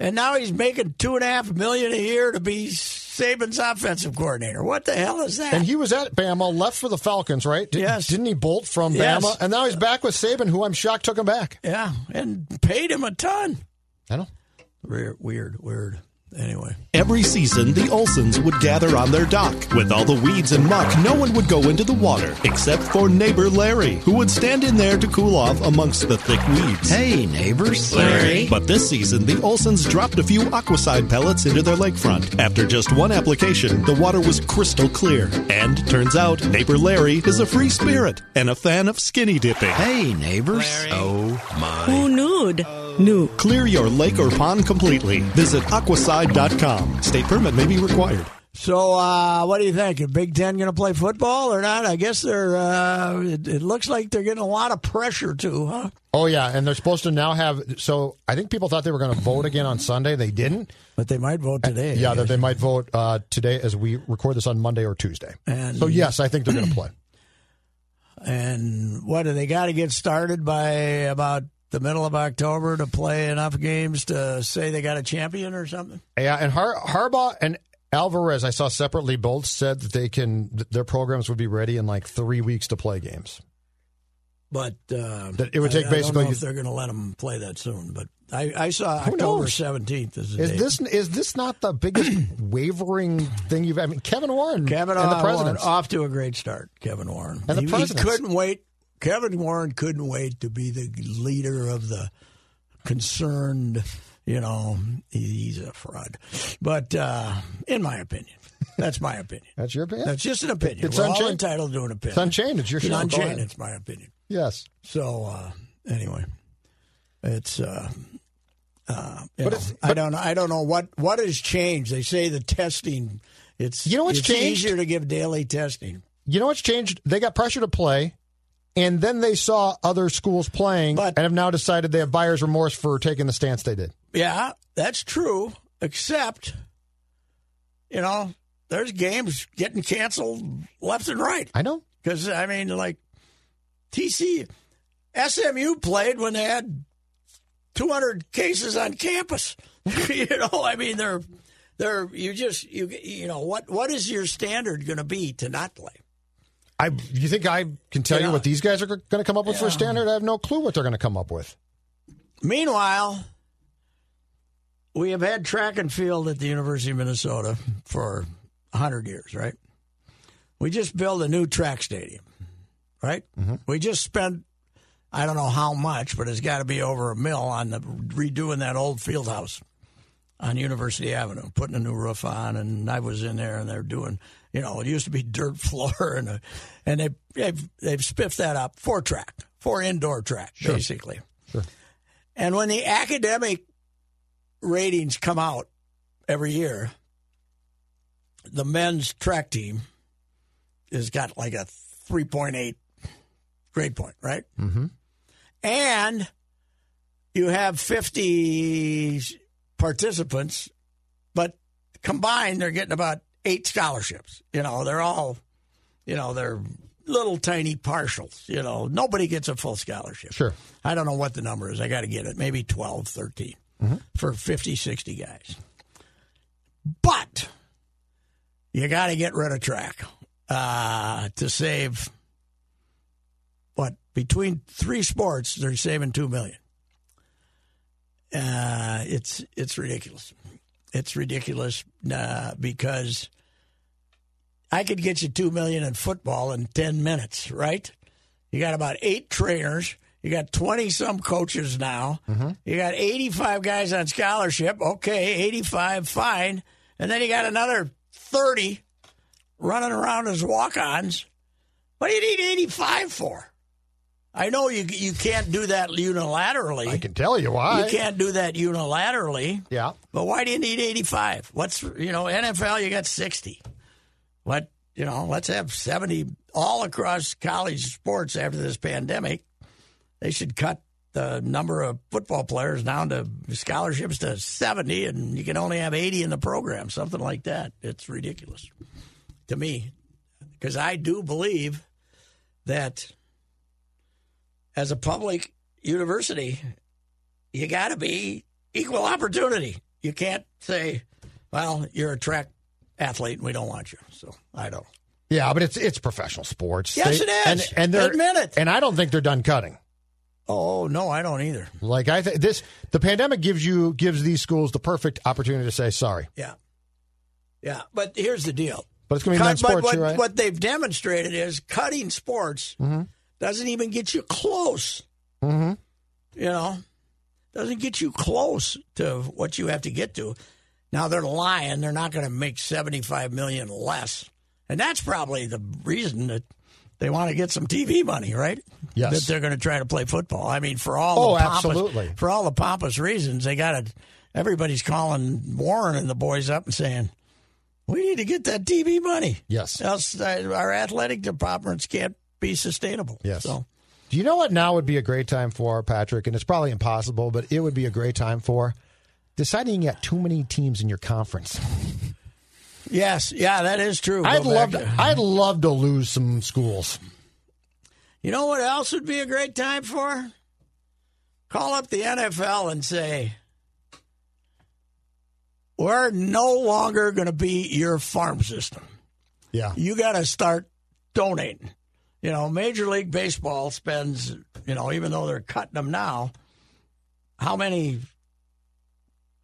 [SPEAKER 3] And now he's making two and a half million a year to be Saban's offensive coordinator. What the hell is that?
[SPEAKER 4] And he was at Bama, left for the Falcons, right? Did,
[SPEAKER 3] Yes.
[SPEAKER 4] Didn't he bolt from
[SPEAKER 3] Yes.
[SPEAKER 4] Bama? And now he's back with Saban, who I'm shocked took him back.
[SPEAKER 3] yeah, and paid him a ton.
[SPEAKER 4] I know.
[SPEAKER 3] Weird, weird, weird. Anyway,
[SPEAKER 6] Every season, the Olsons would gather on their dock. With all the weeds and muck, no one would go into the water, except for neighbor Larry, who would stand in there to cool off amongst the thick weeds.
[SPEAKER 7] Hey, neighbors. Larry.
[SPEAKER 6] But this season, the Olsons dropped a few aquaside pellets into their lakefront. After just one application, the water was crystal clear. And turns out, neighbor Larry is a free spirit and a fan of skinny dipping.
[SPEAKER 7] Hey, neighbors. Oh, my.
[SPEAKER 8] nude? No.
[SPEAKER 6] Clear your lake or pond completely. Visit aquaside.com. State permit may be required.
[SPEAKER 3] so uh, what do you think? Is Big Ten going to play football or not? I guess they're. Uh, it, it looks like they're getting a lot of pressure too, huh?
[SPEAKER 4] Oh, yeah. And they're supposed to now have. So I think people thought they were going to vote again on Sunday. They didn't.
[SPEAKER 3] But they might vote today.
[SPEAKER 4] Yeah, that they might vote uh, today as we record this on Monday or Tuesday.
[SPEAKER 3] And-
[SPEAKER 4] so, yes, I think they're going to play.
[SPEAKER 3] And what do they got to get started by about the middle of October to play enough games to say they got a champion or something?
[SPEAKER 4] Yeah, and Har- Harbaugh and Alvarez, I saw separately, both said that they can th- their programs would be ready in like three weeks to play games.
[SPEAKER 3] But uh,
[SPEAKER 4] That it would take
[SPEAKER 3] I, I
[SPEAKER 4] basically-
[SPEAKER 3] don't know if they're going to let them play that soon. But I, I saw
[SPEAKER 4] Who
[SPEAKER 3] October
[SPEAKER 4] knows?
[SPEAKER 3] seventeenth is the
[SPEAKER 4] Is
[SPEAKER 3] date.
[SPEAKER 4] this is this not the biggest wavering thing you've? I mean, Kevin Warren,
[SPEAKER 3] Kevin
[SPEAKER 4] and the
[SPEAKER 3] Warren
[SPEAKER 4] president.
[SPEAKER 3] off to a great start. Kevin Warren
[SPEAKER 4] And the
[SPEAKER 3] He- he
[SPEAKER 4] presidents.
[SPEAKER 3] couldn't wait. Kevin Warren couldn't wait to be the leader of the concerned. You know, he- he's a fraud. But uh, in my opinion, that's my opinion.
[SPEAKER 4] That's your opinion.
[SPEAKER 3] That's just an opinion.
[SPEAKER 4] It's
[SPEAKER 3] We're all
[SPEAKER 4] unchained.
[SPEAKER 3] entitled to an opinion.
[SPEAKER 4] It's unchained. It's your
[SPEAKER 3] It's
[SPEAKER 4] show. Go
[SPEAKER 3] unchained.
[SPEAKER 4] ahead.
[SPEAKER 3] It's my opinion.
[SPEAKER 4] yes,
[SPEAKER 3] So uh, anyway, it's. Uh, uh, you
[SPEAKER 4] But
[SPEAKER 3] know,
[SPEAKER 4] it's-
[SPEAKER 3] I don't. I don't know what what has changed. They say the testing. It's
[SPEAKER 4] You know what's
[SPEAKER 3] it's
[SPEAKER 4] changed?
[SPEAKER 3] easier to give daily testing,
[SPEAKER 4] you know what's changed? They got pressure to play, and then they saw other schools playing,
[SPEAKER 3] But-
[SPEAKER 4] and have now decided they have buyer's remorse for taking the stance they did.
[SPEAKER 3] Yeah, that's true. Except, you know, there's games getting canceled left and right.
[SPEAKER 4] I know.
[SPEAKER 3] Because I mean, like TC, SMU played when they had 200 cases on campus. you know, I mean, they're they're you just you you know what what is your standard going to be to not play?
[SPEAKER 4] I. You think I can tell
[SPEAKER 3] Yeah.
[SPEAKER 4] you what these guys are going to come up with for a standard? I have no clue what they're going to come up with.
[SPEAKER 3] Meanwhile, we have had track and field at the University of Minnesota for 100 years, right? We just built a new track stadium, right? We just spent, I don't know how much, but it's got to be over a mill on the redoing that old field house on University Avenue, putting a new roof on. And I was in there and they're doing, you know, it used to be dirt floor and, a, and they, they've, they've spiffed that up, four track, four indoor track, basically. And when the academic ratings come out every year, the men's track team has got like a 3.8 grade point, right? Mm-hmm. And you have 50 participants, but combined, they're getting about eight scholarships. You know, they're all, you know, they're little tiny partials. You know, nobody gets a full scholarship.
[SPEAKER 4] Sure.
[SPEAKER 3] I don't know what the number is. I got to get it. Maybe 12, 13 for 50, 60 guys. But you got to get rid of track uh, to save what? Between three sports, they're saving 2 million. Uh, it's it's ridiculous. It's ridiculous uh, because I could get you 2 million in football in 10 minutes, right? You got about eight trainers. You got 20 some coaches now. You got 85 guys on scholarship. Okay, 85, fine. And then you got another 30 running around as walk ons. What do you need 85 for? I know you you can't do that unilaterally.
[SPEAKER 4] I can tell you why.
[SPEAKER 3] you can't do that unilaterally.
[SPEAKER 4] Yeah.
[SPEAKER 3] But why do you need 85? What's, you know, NFL, you got 60. What, you know, let's have 70 all across college sports after this pandemic. They should cut the number of football players down to scholarships to 70, and you can only have 80 in the program, something like that. It's ridiculous. to me because I do believe that as a public university, you got to be equal opportunity. You can't say, well, you're a track athlete and we don't want you. So I don't.
[SPEAKER 4] Yeah, but it's it's professional sports.
[SPEAKER 3] Yes, it is.
[SPEAKER 4] And, and they're
[SPEAKER 3] Admit it.
[SPEAKER 4] And I don't think they're done cutting.
[SPEAKER 3] Oh, no, I don't either.
[SPEAKER 4] Like I think this, the pandemic gives you gives these schools the perfect opportunity to say sorry.
[SPEAKER 3] Yeah. Yeah. But here's the deal.
[SPEAKER 4] But it's going to be
[SPEAKER 3] Cut-
[SPEAKER 4] non-sports,
[SPEAKER 3] but what,
[SPEAKER 4] you're right? Mm-hmm.
[SPEAKER 3] what they've demonstrated is cutting sports doesn't even get you close. Mm-hmm. You know, doesn't get you close to what you have to get to. Now they're lying; they're not going to make seventy-five million less, and that's probably the reason that they want to get some TV money, right?
[SPEAKER 4] Yes.
[SPEAKER 3] that they're going to try to play football. I mean, for all
[SPEAKER 4] Oh,
[SPEAKER 3] the pompous,
[SPEAKER 4] absolutely.
[SPEAKER 3] for all the pompous reasons, they got to. Everybody's calling Warren and the boys up and saying, "We need to get that TV money."
[SPEAKER 4] Yes.
[SPEAKER 3] else uh, our athletic departments can't be sustainable.
[SPEAKER 4] Yes.
[SPEAKER 3] So,
[SPEAKER 4] Do you know what now would be a great time for Patrick? And it's probably impossible, but it would be a great time for deciding you got too many teams in your conference.
[SPEAKER 3] yes, yeah, that is true. Go back
[SPEAKER 4] I'd love
[SPEAKER 3] to-
[SPEAKER 4] to, I'd love to lose some schools.
[SPEAKER 3] You know what else would be a great time for? Call up the NFL and say, "We're no longer going to be your farm system.
[SPEAKER 4] Yeah,
[SPEAKER 3] You got to start donating." You know, Major League Baseball spends, you know, even though they're cutting them now, how many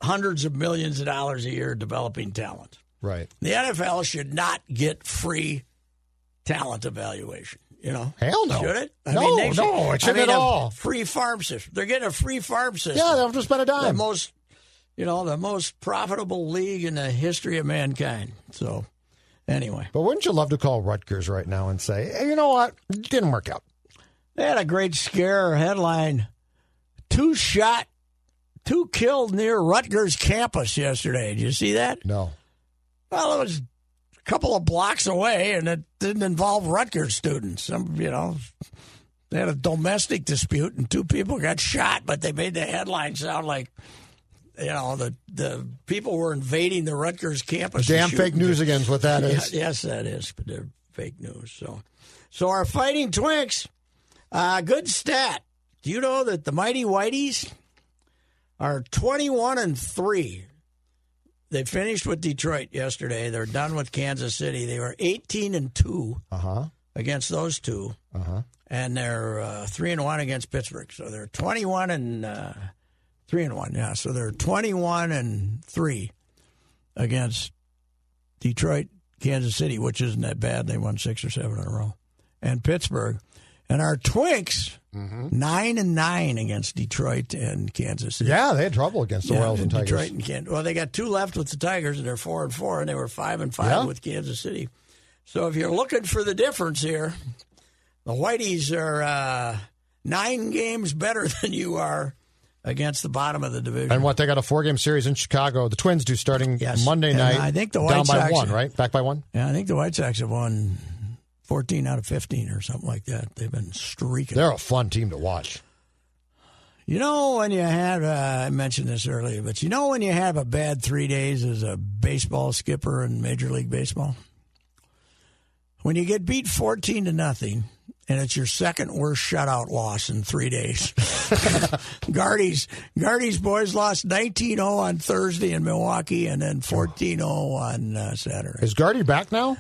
[SPEAKER 3] hundreds of millions of dollars a year developing talent?
[SPEAKER 4] right.
[SPEAKER 3] The NFL should not get free talent evaluation. You know,
[SPEAKER 4] Hell no.
[SPEAKER 3] Should it?
[SPEAKER 4] No,
[SPEAKER 3] they
[SPEAKER 4] no, it shouldn't
[SPEAKER 3] I mean,
[SPEAKER 4] at
[SPEAKER 3] a
[SPEAKER 4] all.
[SPEAKER 3] Free farm system. They're getting a free farm system.
[SPEAKER 4] Yeah, they don't have to spend a
[SPEAKER 3] the
[SPEAKER 4] dime.
[SPEAKER 3] most, you know, the most profitable league in the history of mankind. So, anyway,
[SPEAKER 4] But wouldn't you love to call Rutgers right now and say, hey, you know what, it didn't work out.
[SPEAKER 3] they had a great scare headline: two shot, two killed near Rutgers campus yesterday. Did you see that?
[SPEAKER 4] No,
[SPEAKER 3] Well, it was a couple of blocks away, and it didn't involve Rutgers students. Some, you know, they had a domestic dispute, and two people got shot. But they made the headline sound like, you know, the the people were invading the Rutgers campus. and
[SPEAKER 4] damn fake
[SPEAKER 3] shooting
[SPEAKER 4] news again is what that
[SPEAKER 3] yeah,
[SPEAKER 4] is.
[SPEAKER 3] yes, that is but they're fake news. So, so our fighting Twinks, uh, good stat. Do you know that the mighty Whiteys are twenty-one and three? They finished with Detroit yesterday. They're done with Kansas City. They were eighteen and two
[SPEAKER 4] Uh huh.
[SPEAKER 3] against those two, and they're uh, three and one against Pittsburgh. So they're twenty-one and uh, three and one. Yeah, so they're twenty-one and three against Detroit, Kansas City, which isn't that bad. They won six or seven in a row, and Pittsburgh, and our Twinks nine and nine against Detroit and Kansas City.
[SPEAKER 4] Yeah, they had trouble against the
[SPEAKER 3] Yeah,
[SPEAKER 4] Royals and Tigers.
[SPEAKER 3] Detroit and Kansas. Well, they got two left with the Tigers, and they're four and four, and they were five and five
[SPEAKER 4] Yeah.
[SPEAKER 3] with Kansas City. So if you're looking for the difference here, the Whiteys are uh, nine games better than you are against the bottom of the division.
[SPEAKER 4] And what they got a four game series in Chicago. The Twins do starting
[SPEAKER 3] Yes.
[SPEAKER 4] Monday
[SPEAKER 3] And
[SPEAKER 4] night.
[SPEAKER 3] I think the
[SPEAKER 4] down
[SPEAKER 3] White
[SPEAKER 4] by
[SPEAKER 3] Sox-
[SPEAKER 4] one, right? Back by one.
[SPEAKER 3] yeah, I think the White Sox have won 14 out of 15 or something like that. They've been streaking.
[SPEAKER 4] They're a fun team to watch.
[SPEAKER 3] You know when you have uh, I mentioned this earlier, but you know when you have a bad three days as a baseball skipper in Major League Baseball, when you get beat fourteen to nothing, and it's your second worst shutout loss in three days. Guardy's Guardy's boys lost 19-0 on Thursday in Milwaukee, and then 14-0 on uh, Saturday.
[SPEAKER 4] Is Guardy back now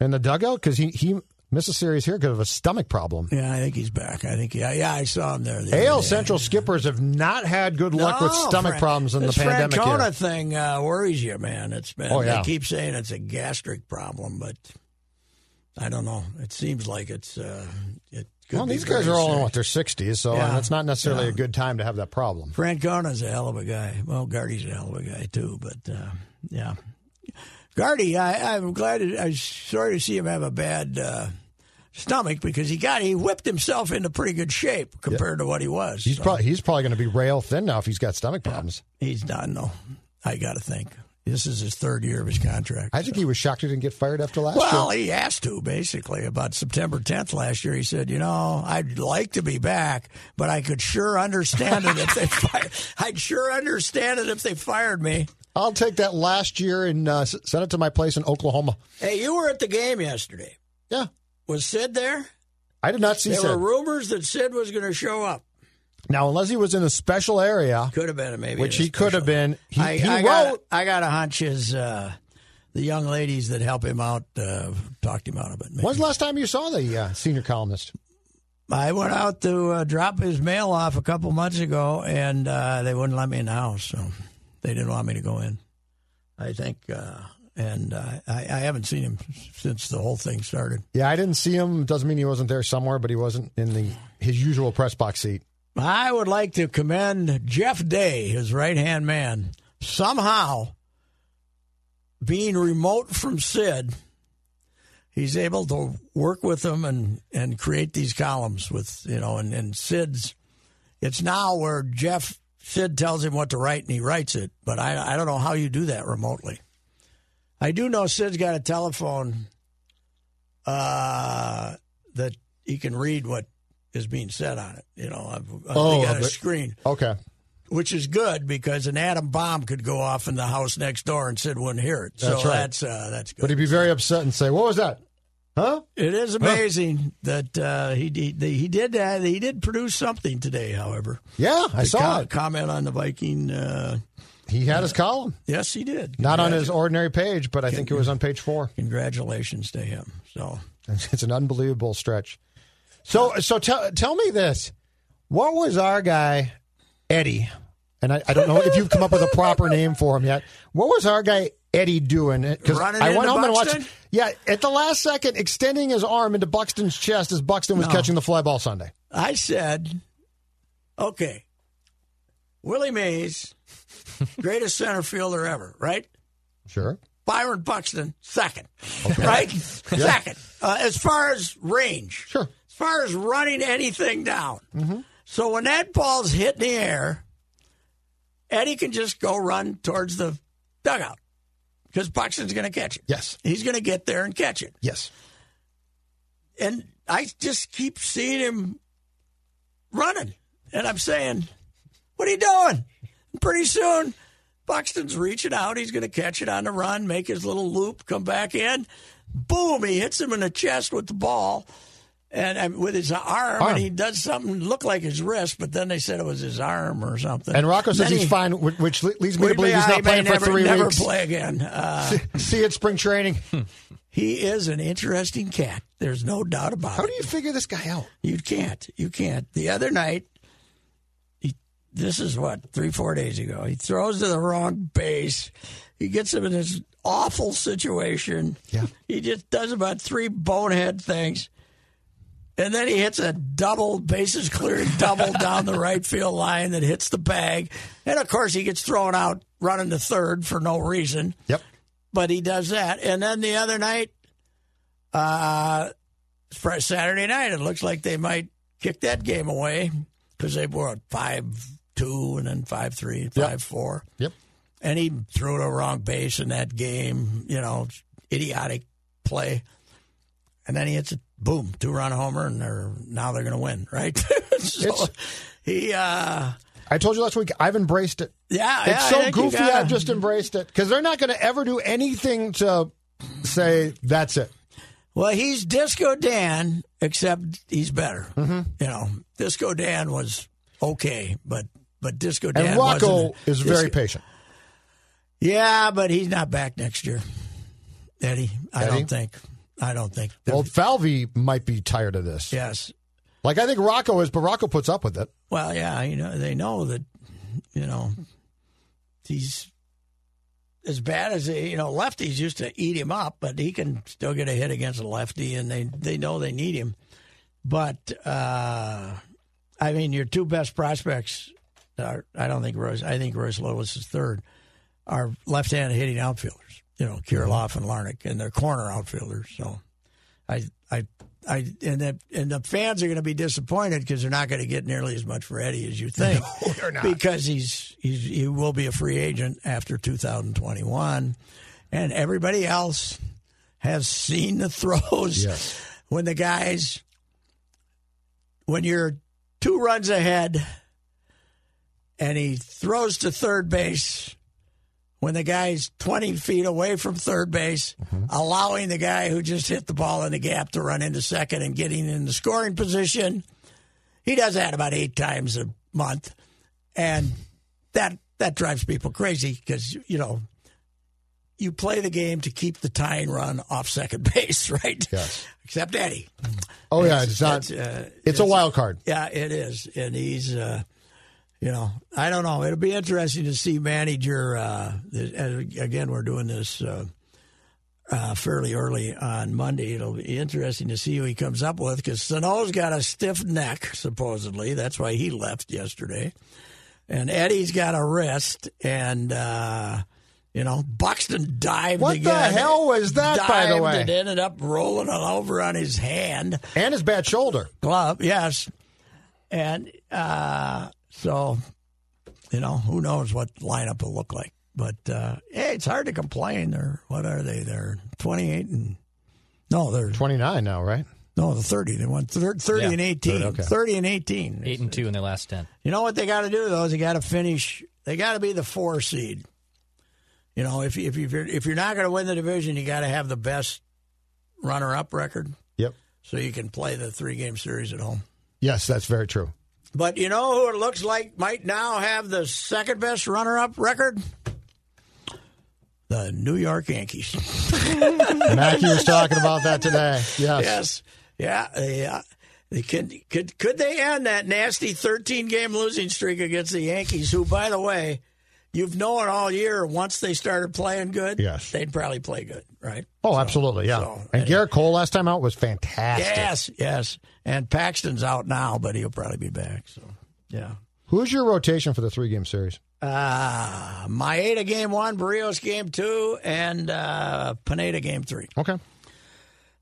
[SPEAKER 4] in the dugout? Because he, he missed a series here because of a stomach problem.
[SPEAKER 3] Yeah, I think he's back. I think yeah, yeah, I saw him there. the other
[SPEAKER 4] AL
[SPEAKER 3] day.
[SPEAKER 4] Central skippers have not had good luck with
[SPEAKER 3] No,
[SPEAKER 4] stomach
[SPEAKER 3] Fran-
[SPEAKER 4] problems in the
[SPEAKER 3] this
[SPEAKER 4] pandemic
[SPEAKER 3] Francona
[SPEAKER 4] here.
[SPEAKER 3] thing uh, worries you, man. It's been.
[SPEAKER 4] Oh, yeah.
[SPEAKER 3] They keep saying it's a gastric problem, but I don't know. It seems like it's. Uh, it could
[SPEAKER 4] Well,
[SPEAKER 3] be
[SPEAKER 4] these guys
[SPEAKER 3] very
[SPEAKER 4] are all in
[SPEAKER 3] serious.
[SPEAKER 4] what their 60s, so
[SPEAKER 3] Yeah.
[SPEAKER 4] that's not necessarily a good time to have that problem.
[SPEAKER 3] Francona's a hell of a guy. Well, Guardy's a hell of a guy too, but uh, yeah, Guardy. I, I'm glad. I'm sorry to see him have a bad uh, stomach because he got he whipped himself into pretty good shape compared to what he was.
[SPEAKER 4] He's
[SPEAKER 3] So
[SPEAKER 4] probably he's probably going to be rail thin now if he's got stomach problems.
[SPEAKER 3] he's done though. I got to think this is his third year of his contract.
[SPEAKER 4] I think he was shocked he didn't get fired after last
[SPEAKER 3] Well,
[SPEAKER 4] year.
[SPEAKER 3] he has to basically. About September 10th last year, he said, "You know, I'd like to be back, but I could sure understand it if they fired. I'd sure understand it if they fired me."
[SPEAKER 4] I'll take that last year and uh, s- send it to my place in Oklahoma.
[SPEAKER 3] Hey, you were at the game yesterday.
[SPEAKER 4] Yeah,
[SPEAKER 3] Was Sid there?
[SPEAKER 4] I did not see
[SPEAKER 3] there
[SPEAKER 4] Sid.
[SPEAKER 3] were rumors that Sid was going to show up.
[SPEAKER 4] now, unless he was in a special area,
[SPEAKER 3] Could have been maybe,
[SPEAKER 4] which
[SPEAKER 3] in a
[SPEAKER 4] he could
[SPEAKER 3] special-
[SPEAKER 4] have been, he,
[SPEAKER 3] I,
[SPEAKER 4] he
[SPEAKER 3] I
[SPEAKER 4] wrote.
[SPEAKER 3] got, I got a hunch is uh, the young ladies that help him out uh, talked him out of it. maybe.
[SPEAKER 4] When's the last time you saw the uh, senior columnist?
[SPEAKER 3] I went out to uh, drop his mail off a couple months ago, and uh, they wouldn't let me in the house, so they didn't want me to go in. I think, uh, and uh, I, I haven't seen him since the whole thing started.
[SPEAKER 4] Yeah, I didn't see him. Doesn't mean he wasn't there somewhere, but he wasn't in the his usual press box seat.
[SPEAKER 3] I would like to commend Jeff Day, his right hand man, somehow being remote from Sid. He's able to work with him and, and create these columns with, you know, and, and Sid's. It's now where Jeff, Sid tells him what to write and he writes it, but I, I don't know how you do that remotely. I do know Sid's got a telephone uh, that he can read what is being said on it. You know, I've, I've
[SPEAKER 4] Oh,
[SPEAKER 3] got a
[SPEAKER 4] but-
[SPEAKER 3] screen,
[SPEAKER 4] Okay,
[SPEAKER 3] which is good because an atom bomb could go off in the house next door and Sid wouldn't hear it.
[SPEAKER 4] That's
[SPEAKER 3] so
[SPEAKER 4] right.
[SPEAKER 3] that's uh, that's
[SPEAKER 4] but
[SPEAKER 3] good.
[SPEAKER 4] he'd be very upset and say, "What was that? Huh?
[SPEAKER 3] it is amazing that uh, he, he he did uh, he did produce something today. However,
[SPEAKER 4] Yeah, I
[SPEAKER 3] To
[SPEAKER 4] saw
[SPEAKER 3] co-
[SPEAKER 4] it.
[SPEAKER 3] comment on the Viking. Uh,
[SPEAKER 4] He had his column,
[SPEAKER 3] yes, he did.
[SPEAKER 4] not on
[SPEAKER 3] Congratu-
[SPEAKER 4] his ordinary page, but I think it was on page four.
[SPEAKER 3] Congratulations to him. So
[SPEAKER 4] It's an unbelievable stretch. So, so tell tell me this: What was our guy Eddie? And I, I don't know if you've come up with a proper name for him yet. What was our guy Eddie doing? Because
[SPEAKER 3] Running
[SPEAKER 4] I went
[SPEAKER 3] into
[SPEAKER 4] home and
[SPEAKER 3] Buxton?
[SPEAKER 4] watched. Yeah, at the last second, extending his arm into Buxton's chest as Buxton was catching the fly ball Sunday.
[SPEAKER 3] I said, okay, Willie Mays, greatest center fielder ever, right?
[SPEAKER 4] Sure.
[SPEAKER 3] Byron Buxton, second, right? Second. Uh, as far as range,
[SPEAKER 4] Sure.
[SPEAKER 3] as far as running anything down. So when that ball's hit in the air, Eddie can just go run towards the dugout because Buxton's going to catch it.
[SPEAKER 4] Yes.
[SPEAKER 3] He's going to get there and catch it
[SPEAKER 4] Yes.
[SPEAKER 3] and I just keep seeing him running, and I'm saying, "What are you doing?" And pretty soon, Buxton's reaching out. He's going to catch it on the run, make his little loop, come back in. Boom! He hits him in the chest with the ball, and, and with his arm,
[SPEAKER 4] Arm.
[SPEAKER 3] and he does something look like his wrist, but then they said it was his arm or something.
[SPEAKER 4] And Rocco says
[SPEAKER 3] Then
[SPEAKER 4] he's
[SPEAKER 3] he-
[SPEAKER 4] fine, whi- which le- leads me to
[SPEAKER 3] we
[SPEAKER 4] believe
[SPEAKER 3] may-
[SPEAKER 4] he's
[SPEAKER 3] he
[SPEAKER 4] not
[SPEAKER 3] may
[SPEAKER 4] playing for
[SPEAKER 3] never,
[SPEAKER 4] three
[SPEAKER 3] never
[SPEAKER 4] weeks.
[SPEAKER 3] play again. Uh,
[SPEAKER 4] See you at spring training.
[SPEAKER 3] he is an interesting cat. There's no doubt about it.
[SPEAKER 4] How do you figure this guy out?
[SPEAKER 3] You can't. You can't. The other night, he, this is what, three, four days ago, he throws to the wrong base. He gets him in this awful situation.
[SPEAKER 4] Yeah.
[SPEAKER 3] He just does about three bonehead things. And then he hits a double, bases clearing double down the right field line that hits the bag. And of course, he gets thrown out running to third for no reason
[SPEAKER 4] Yep.
[SPEAKER 3] but he does that. And then the other night, uh, Fri- Saturday night, it looks like they might kick that game away because they were at five two and then five three, five four,
[SPEAKER 4] Yep.
[SPEAKER 3] and he threw to a wrong base in that game. You know, idiotic play. And then he hits a boom two run homer, and they're now they're going to win, right? so
[SPEAKER 4] It's-
[SPEAKER 3] he, uh,
[SPEAKER 4] I told you last week. I've embraced it.
[SPEAKER 3] yeah, yeah,
[SPEAKER 4] It's
[SPEAKER 3] I
[SPEAKER 4] so
[SPEAKER 3] think you
[SPEAKER 4] goofy.
[SPEAKER 3] gotta-
[SPEAKER 4] I've just embraced it because they're not going to ever do anything to say that's it.
[SPEAKER 3] Well, he's Disco Dan, except he's better.
[SPEAKER 4] Mm-hmm.
[SPEAKER 3] You know, Disco Dan was okay, but but Disco Dan
[SPEAKER 4] And Rocco
[SPEAKER 3] wasn't-
[SPEAKER 4] is very
[SPEAKER 3] Disco-
[SPEAKER 4] patient.
[SPEAKER 3] Yeah, but he's not back next year, Eddie. I
[SPEAKER 4] Eddie?
[SPEAKER 3] don't think. I don't think.
[SPEAKER 4] Well, Falvey might be tired of this.
[SPEAKER 3] yes.
[SPEAKER 4] Like I think Rocco is, but Rocco puts up with it.
[SPEAKER 3] Well, yeah. You know, they know that. You know, he's as bad as you know. Lefties used to eat him up, but he can still get a hit against a lefty, and they they know they need him. But uh, I mean, your two best prospects are I don't think Royce. I think Royce Lewis is third. Are left-handed hitting outfielders. You know, Kirilov and Larnick, and they're corner outfielders. So, I I. I and the, and the fans are going to be disappointed because they're not going to get nearly as much for Eddie as you think. they're not because he's, he's he will be a free agent after 2021, and everybody else has seen the throws
[SPEAKER 4] Yes.
[SPEAKER 3] when the guys when you're two runs ahead and he throws to third base when the guy's 20 feet away from third base, allowing the guy who just hit the ball in the gap to run into second and getting in the scoring position. He does that about eight times a month, and that that drives people crazy because you know you play the game to keep the tying run off second base, right?
[SPEAKER 4] Yes.
[SPEAKER 3] Except Eddie.
[SPEAKER 4] Oh yeah, it's not. It's,
[SPEAKER 3] uh,
[SPEAKER 4] a wild card.
[SPEAKER 3] Yeah, it is, and he's, uh, you know, I don't know. It'll be interesting to see manager. Uh, th- and again, we're doing this uh, uh, fairly early on Monday. It'll be interesting to see who he comes up with because Sano's got a stiff neck, supposedly. That's why he left yesterday, and Eddie's got a wrist, and. Uh, you know, Buxton dived
[SPEAKER 4] What the
[SPEAKER 3] again.
[SPEAKER 4] hell was that, by the
[SPEAKER 3] Dived
[SPEAKER 4] way?
[SPEAKER 3] and ended up rolling it over on his hand
[SPEAKER 4] And his bad shoulder.
[SPEAKER 3] glove, yes. And uh, so, you know, who knows what lineup will look like. But uh, hey, it's hard to complain. They're what are they? They're twenty eight and no, they're
[SPEAKER 4] Twenty nine now, right?
[SPEAKER 3] no, they're thirty. They won thir- thirty
[SPEAKER 5] Yeah,
[SPEAKER 3] and eighteen.
[SPEAKER 4] okay.
[SPEAKER 3] Thirty and eighteen.
[SPEAKER 5] Eight and two in their last ten.
[SPEAKER 3] You know what they got to do though is they got to finish. They got to be the four seed. You know, if if you are if you're not going to win the division, you got to have the best runner up record
[SPEAKER 4] Yep.
[SPEAKER 3] so you can play the three game series at home.
[SPEAKER 4] Yes, that's very true.
[SPEAKER 3] But you know who it looks like might now have the second best runner up record? The New York Yankees.
[SPEAKER 4] Mackie was talking about that today. Yes.
[SPEAKER 3] yes. Yeah. Yeah. They could, could, could they end that nasty 13 game losing streak against the Yankees, who, by the way, you've known all year once they started playing good,
[SPEAKER 4] Yes.
[SPEAKER 3] they'd probably play good, right?
[SPEAKER 4] Oh, absolutely. Yeah.
[SPEAKER 3] so,
[SPEAKER 4] and Garrett Cole last time out was fantastic.
[SPEAKER 3] Yes, yes. And Paxton's out now, but he'll probably be back. So, yeah.
[SPEAKER 4] Who's your rotation for the three game series?
[SPEAKER 3] Uh, Maeda game one, Barrios game two, and uh, Pineda game three.
[SPEAKER 4] Okay.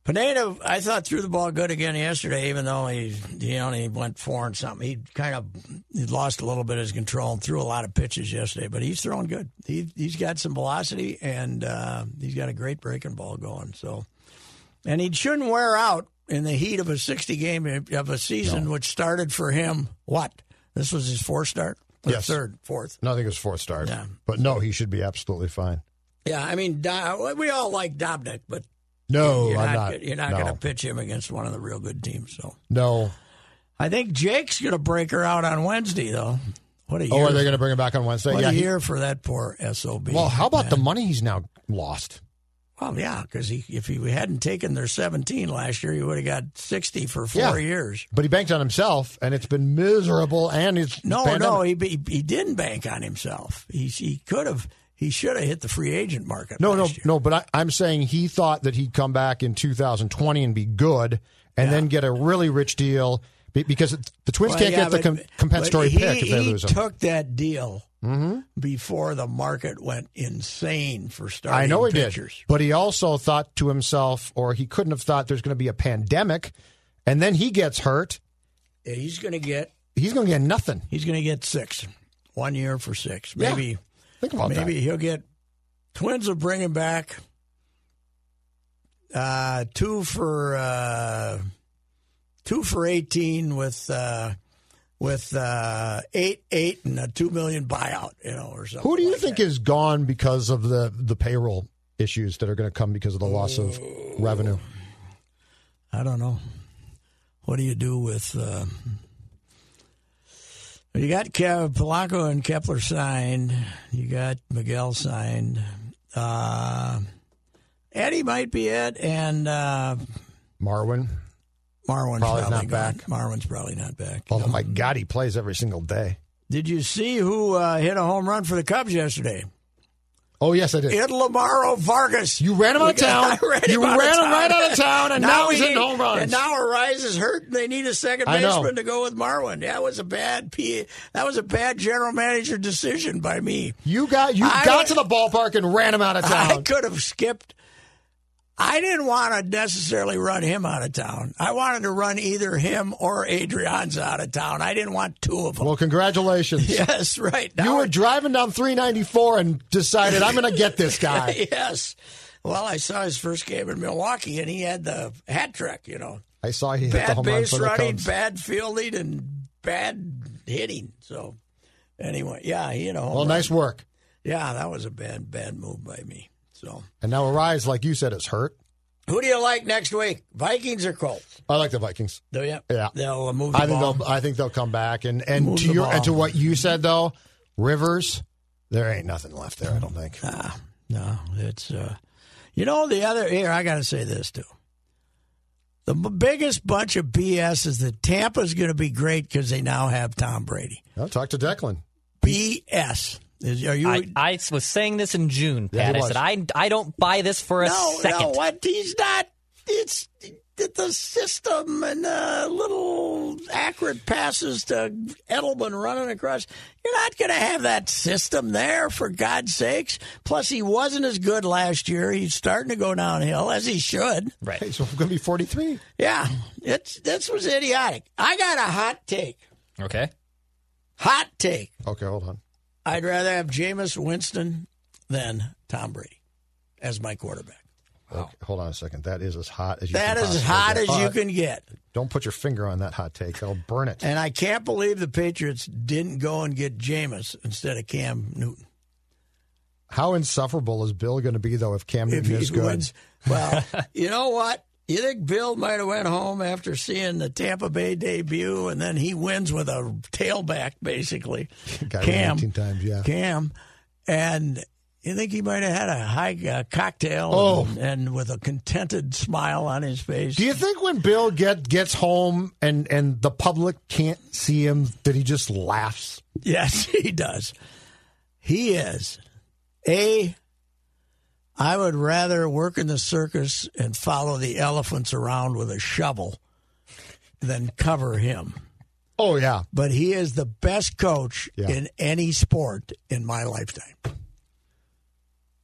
[SPEAKER 3] Pineda, I thought threw the ball good again yesterday, even though he he only went four and something. He kind of he lost a little bit of his control and threw a lot of pitches yesterday, but he's throwing good. He he's got some velocity and uh, he's got a great breaking ball going. So, and he shouldn't wear out in the heat of a sixty game of a season, which started for him. What this was his fourth start, Or
[SPEAKER 4] Yes.
[SPEAKER 3] third, fourth.
[SPEAKER 4] No, I think it was fourth start.
[SPEAKER 3] Yeah.
[SPEAKER 4] But no, he should be absolutely fine.
[SPEAKER 3] Yeah, I mean, Do- we all like Dobnik, but
[SPEAKER 4] No,
[SPEAKER 3] you're
[SPEAKER 4] Oh,
[SPEAKER 3] not,
[SPEAKER 4] I'm not.
[SPEAKER 3] go- you're not
[SPEAKER 4] no.
[SPEAKER 3] going to pitch him against one of the real good teams. So
[SPEAKER 4] No.
[SPEAKER 3] I think Jake's going to break her out on Wednesday, though. What a year!
[SPEAKER 4] Oh, are they going to bring him back on Wednesday?
[SPEAKER 3] what
[SPEAKER 4] yeah.
[SPEAKER 3] a
[SPEAKER 4] he-
[SPEAKER 3] year for that poor sob.
[SPEAKER 4] well, how about the money he's now lost?
[SPEAKER 3] Well, yeah, because he, if he hadn't taken their seventeen last year, he would have got sixty for four
[SPEAKER 4] Yeah.
[SPEAKER 3] years.
[SPEAKER 4] But he banked on himself, and it's been miserable. And it's
[SPEAKER 3] No,
[SPEAKER 4] pandemic.
[SPEAKER 3] no, he, he he didn't bank on himself. He he could have. He should have hit the free agent market.
[SPEAKER 4] No, no,
[SPEAKER 3] last year.
[SPEAKER 4] no. But I, I'm saying he thought that he'd come back in 2020 and be good, and then get a really rich deal be- because it- the Twins
[SPEAKER 3] Well,
[SPEAKER 4] can't
[SPEAKER 3] yeah,
[SPEAKER 4] get the
[SPEAKER 3] but-
[SPEAKER 4] com- compensatory
[SPEAKER 3] but he,
[SPEAKER 4] pick if they
[SPEAKER 3] he
[SPEAKER 4] lose him. Mm-hmm.
[SPEAKER 3] took that deal before the market went insane for starting
[SPEAKER 4] I know he
[SPEAKER 3] pitchers.
[SPEAKER 4] did, but he also thought to himself, or he couldn't have thought there's going to be a pandemic, and then he gets hurt.
[SPEAKER 3] Yeah, He's going to get
[SPEAKER 4] He's going to get nothing.
[SPEAKER 3] he's going to get six, one year for six.
[SPEAKER 4] Yeah.
[SPEAKER 3] Maybe
[SPEAKER 4] Think about
[SPEAKER 3] maybe he'll get. Twins will bring him back. Uh, two for uh, two for eighteen with uh, with uh, eight eight and a two million buyout, you know, or
[SPEAKER 4] that.
[SPEAKER 3] something.
[SPEAKER 4] Who do you
[SPEAKER 3] like
[SPEAKER 4] think
[SPEAKER 3] that.
[SPEAKER 4] is gone because of the the payroll issues that are going to come because of the loss of revenue?
[SPEAKER 3] I don't know. What do you do with? Uh, you got Kev, Polanco and Kepler signed. You got Miguel signed. Uh, Eddie might be it, and uh,
[SPEAKER 4] Marwin.
[SPEAKER 3] Marwin's
[SPEAKER 4] Probably
[SPEAKER 3] probably,
[SPEAKER 4] not
[SPEAKER 3] gone.
[SPEAKER 4] back.
[SPEAKER 3] Marwin's probably not back.
[SPEAKER 4] Oh my God, he plays every single day.
[SPEAKER 3] Did you see who uh, hit a home run for the Cubs yesterday?
[SPEAKER 4] Oh yes, I did.
[SPEAKER 3] Ed Lamaro Vargas.
[SPEAKER 4] You ran him out of town.
[SPEAKER 3] I ran him
[SPEAKER 4] You
[SPEAKER 3] out of
[SPEAKER 4] ran him
[SPEAKER 3] town.
[SPEAKER 4] right out of town, and now he's
[SPEAKER 3] he-
[SPEAKER 4] hitting home runs.
[SPEAKER 3] And now Arise is hurt, and they need a second
[SPEAKER 4] I know.
[SPEAKER 3] baseman to go with Marwin. That was a bad P. That was a bad general manager decision by me.
[SPEAKER 4] You got you
[SPEAKER 3] I-
[SPEAKER 4] got to the ballpark and ran him out of
[SPEAKER 3] I
[SPEAKER 4] town.
[SPEAKER 3] could have skipped. I didn't want to necessarily run him out of town. I wanted to run either him or Adrianza out of town. I didn't want two of them.
[SPEAKER 4] Well, congratulations.
[SPEAKER 3] yes, right.
[SPEAKER 4] You
[SPEAKER 3] Now
[SPEAKER 4] were
[SPEAKER 3] it-
[SPEAKER 4] driving down 394 and decided I'm going to get this guy.
[SPEAKER 3] yes. Well, I saw his first game in Milwaukee, and he had the hat trick. You know.
[SPEAKER 4] I saw he hit the
[SPEAKER 3] bad
[SPEAKER 4] home run
[SPEAKER 3] base
[SPEAKER 4] for the
[SPEAKER 3] running,
[SPEAKER 4] Cubs.
[SPEAKER 3] bad fielding, and bad hitting. So anyway, yeah, you know.
[SPEAKER 4] Well, nice work.
[SPEAKER 3] Yeah, that was a bad, bad move by me. So,
[SPEAKER 4] And now Arise, like you said, is hurt.
[SPEAKER 3] who do you like next week? Vikings or Colts?
[SPEAKER 4] I like the Vikings.
[SPEAKER 3] Do you?
[SPEAKER 4] Yeah.
[SPEAKER 3] They'll uh, move the
[SPEAKER 4] I think
[SPEAKER 3] ball.
[SPEAKER 4] they'll. I think they'll come back. And and
[SPEAKER 3] Move
[SPEAKER 4] to
[SPEAKER 3] the
[SPEAKER 4] your
[SPEAKER 3] ball.
[SPEAKER 4] and to what you said though, Rivers, there ain't nothing left there. I don't think.
[SPEAKER 3] Ah, no, it's uh, you know the other here. I got to say this too. The m- biggest bunch of BS is that Tampa's going to be great because they now have Tom Brady.
[SPEAKER 4] No, talk to Declan.
[SPEAKER 3] BS. Is, are you?
[SPEAKER 5] I, I was saying this in June,
[SPEAKER 4] Yeah, he
[SPEAKER 5] Pat. I said I, I don't buy this for a
[SPEAKER 3] no,
[SPEAKER 5] second.
[SPEAKER 3] no. What he's not. It's it- the system and uh, little accurate passes to Edelman running across. You're not going to have that system there for God's sakes. Plus, he wasn't as good last year. He's starting to go downhill as he should.
[SPEAKER 4] Hey, so I'm going to be 43.
[SPEAKER 3] Yeah, it's this was idiotic. I got a hot take.
[SPEAKER 5] Okay.
[SPEAKER 3] Hot take.
[SPEAKER 4] Okay, hold on.
[SPEAKER 3] I'd rather have Jameis Winston than Tom Brady as my quarterback.
[SPEAKER 4] Okay, hold on a second. That is as hot as you.
[SPEAKER 3] That
[SPEAKER 4] can
[SPEAKER 3] is as
[SPEAKER 4] possibly
[SPEAKER 3] hot
[SPEAKER 4] get.
[SPEAKER 3] as you
[SPEAKER 4] But
[SPEAKER 3] can get.
[SPEAKER 4] Don't put your finger on that hot take. That'll burn it.
[SPEAKER 3] And I can't believe the Patriots didn't go and get Jameis instead of Cam Newton.
[SPEAKER 4] How insufferable is Bill going to be though if Cam
[SPEAKER 3] If
[SPEAKER 4] Newton
[SPEAKER 3] he
[SPEAKER 4] is good?
[SPEAKER 3] wins. Well, you know what? You think Bill might have went home after seeing the Tampa Bay debut, and then he wins with a tailback, basically.
[SPEAKER 4] Guy ran
[SPEAKER 3] Cam,
[SPEAKER 4] 18 times, yeah.
[SPEAKER 3] Cam, and you think he might have had a high uh, cocktail,
[SPEAKER 4] Oh.
[SPEAKER 3] and, and with a contented smile on his face.
[SPEAKER 4] Do you think when Bill get gets home and and the public can't see him that he just laughs?
[SPEAKER 3] Yes, he does. He is a. I would rather work in the circus and follow the elephants around with a shovel than cover him.
[SPEAKER 4] Oh yeah,
[SPEAKER 3] But he is the best coach
[SPEAKER 4] Yeah.
[SPEAKER 3] in any sport in my lifetime.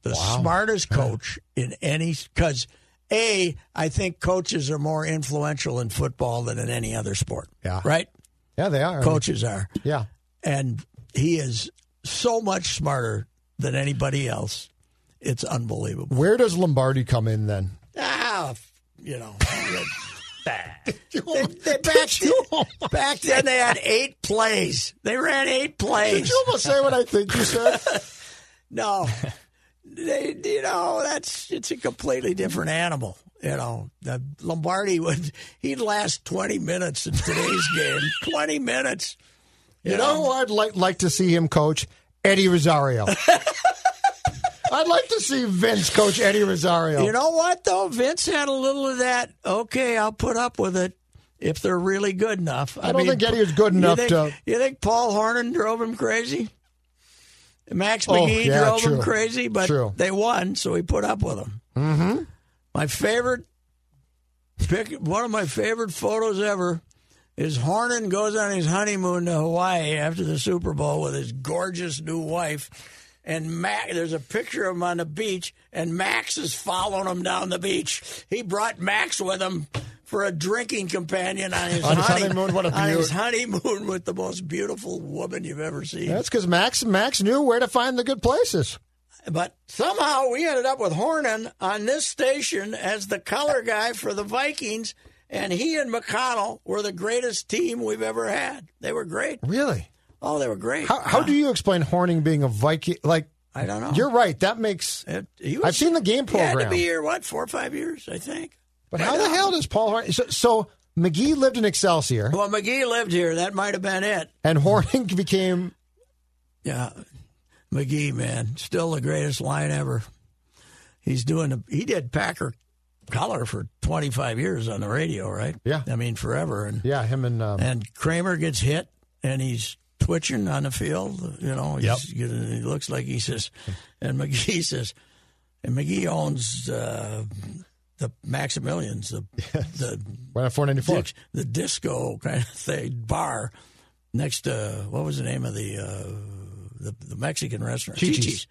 [SPEAKER 3] The smartest coach in any because a I think coaches are more influential in football than in any other sport.
[SPEAKER 4] Yeah.
[SPEAKER 3] right.
[SPEAKER 4] yeah they are. I mean,
[SPEAKER 3] Coaches are
[SPEAKER 4] yeah.
[SPEAKER 3] and he is so much smarter than anybody else. It's unbelievable.
[SPEAKER 4] Where does Lombardi come in then?
[SPEAKER 3] Ah, f- you know. They- they- back, then, back then, they had eight plays. They ran eight
[SPEAKER 4] Did
[SPEAKER 3] plays.
[SPEAKER 4] you almost say what I think you said?
[SPEAKER 3] No, they, you know that's it's a completely different animal. You know, the Lombardi would he'd last twenty minutes in today's game. Twenty minutes.
[SPEAKER 4] You know who I'd like like to see him coach? Eddie Rosario. I'd like to see Vince coach Eddie Rosario.
[SPEAKER 3] You know what though? Vince had a little of that. Okay, I'll put up with it if they're really good enough. I,
[SPEAKER 4] don't think Eddie was good enough
[SPEAKER 3] you think,
[SPEAKER 4] to-
[SPEAKER 3] You think Paul Hornan drove him crazy? Max
[SPEAKER 4] Oh,
[SPEAKER 3] McGee
[SPEAKER 4] yeah,
[SPEAKER 3] drove him
[SPEAKER 4] true.
[SPEAKER 3] crazy, but
[SPEAKER 4] True.
[SPEAKER 3] they won, so he put up with them. Mm-hmm. My favorite pick, one of my favorite photos ever. Is Hornan goes on his honeymoon to Hawaii after the Super Bowl with his gorgeous new wife, and Max, there's a picture of him on the beach, and Max is following him down the beach. He brought Max with him for a drinking companion on his,
[SPEAKER 4] On his
[SPEAKER 3] honey-
[SPEAKER 4] honeymoon, what a
[SPEAKER 3] on his
[SPEAKER 4] beaut.
[SPEAKER 3] honeymoon with the most beautiful woman you've ever seen.
[SPEAKER 4] That's because Max Max knew where to find the good places.
[SPEAKER 3] but somehow we ended up with Hornan on this station as the color guy for the Vikings, and he and McConnell were the greatest team we've ever had. They were great.
[SPEAKER 4] Really?
[SPEAKER 3] Oh, they were great.
[SPEAKER 4] How, how do you explain Horning being a Viking? Like
[SPEAKER 3] I don't know.
[SPEAKER 4] you're right. That makes.
[SPEAKER 3] It- he
[SPEAKER 4] I've seen the game
[SPEAKER 3] He had to
[SPEAKER 4] program.
[SPEAKER 3] be here what four or five years, I think. uh,
[SPEAKER 4] But how the hell does Paul Horning? So, so McGee lived in Excelsior,
[SPEAKER 3] Well, McGee lived here. That might have been it.
[SPEAKER 4] and Horning became.
[SPEAKER 3] Yeah, McGee, man, still the greatest line ever. He's doing. The, he did Packer color for 25 years on the radio, right?
[SPEAKER 4] Yeah.
[SPEAKER 3] I mean forever. And
[SPEAKER 4] Yeah, him and um,
[SPEAKER 3] and Kramer gets hit, and he's twitching on the field. You know, he's getting, he looks like he says, and McGee says, and McGee owns uh, the Maximilians, the the
[SPEAKER 4] went at 494.
[SPEAKER 3] Dix- the disco kind of thing bar next to what was the name of the uh, the, the Mexican restaurant?
[SPEAKER 4] Chi-Chi's.
[SPEAKER 3] Chi-Chi's.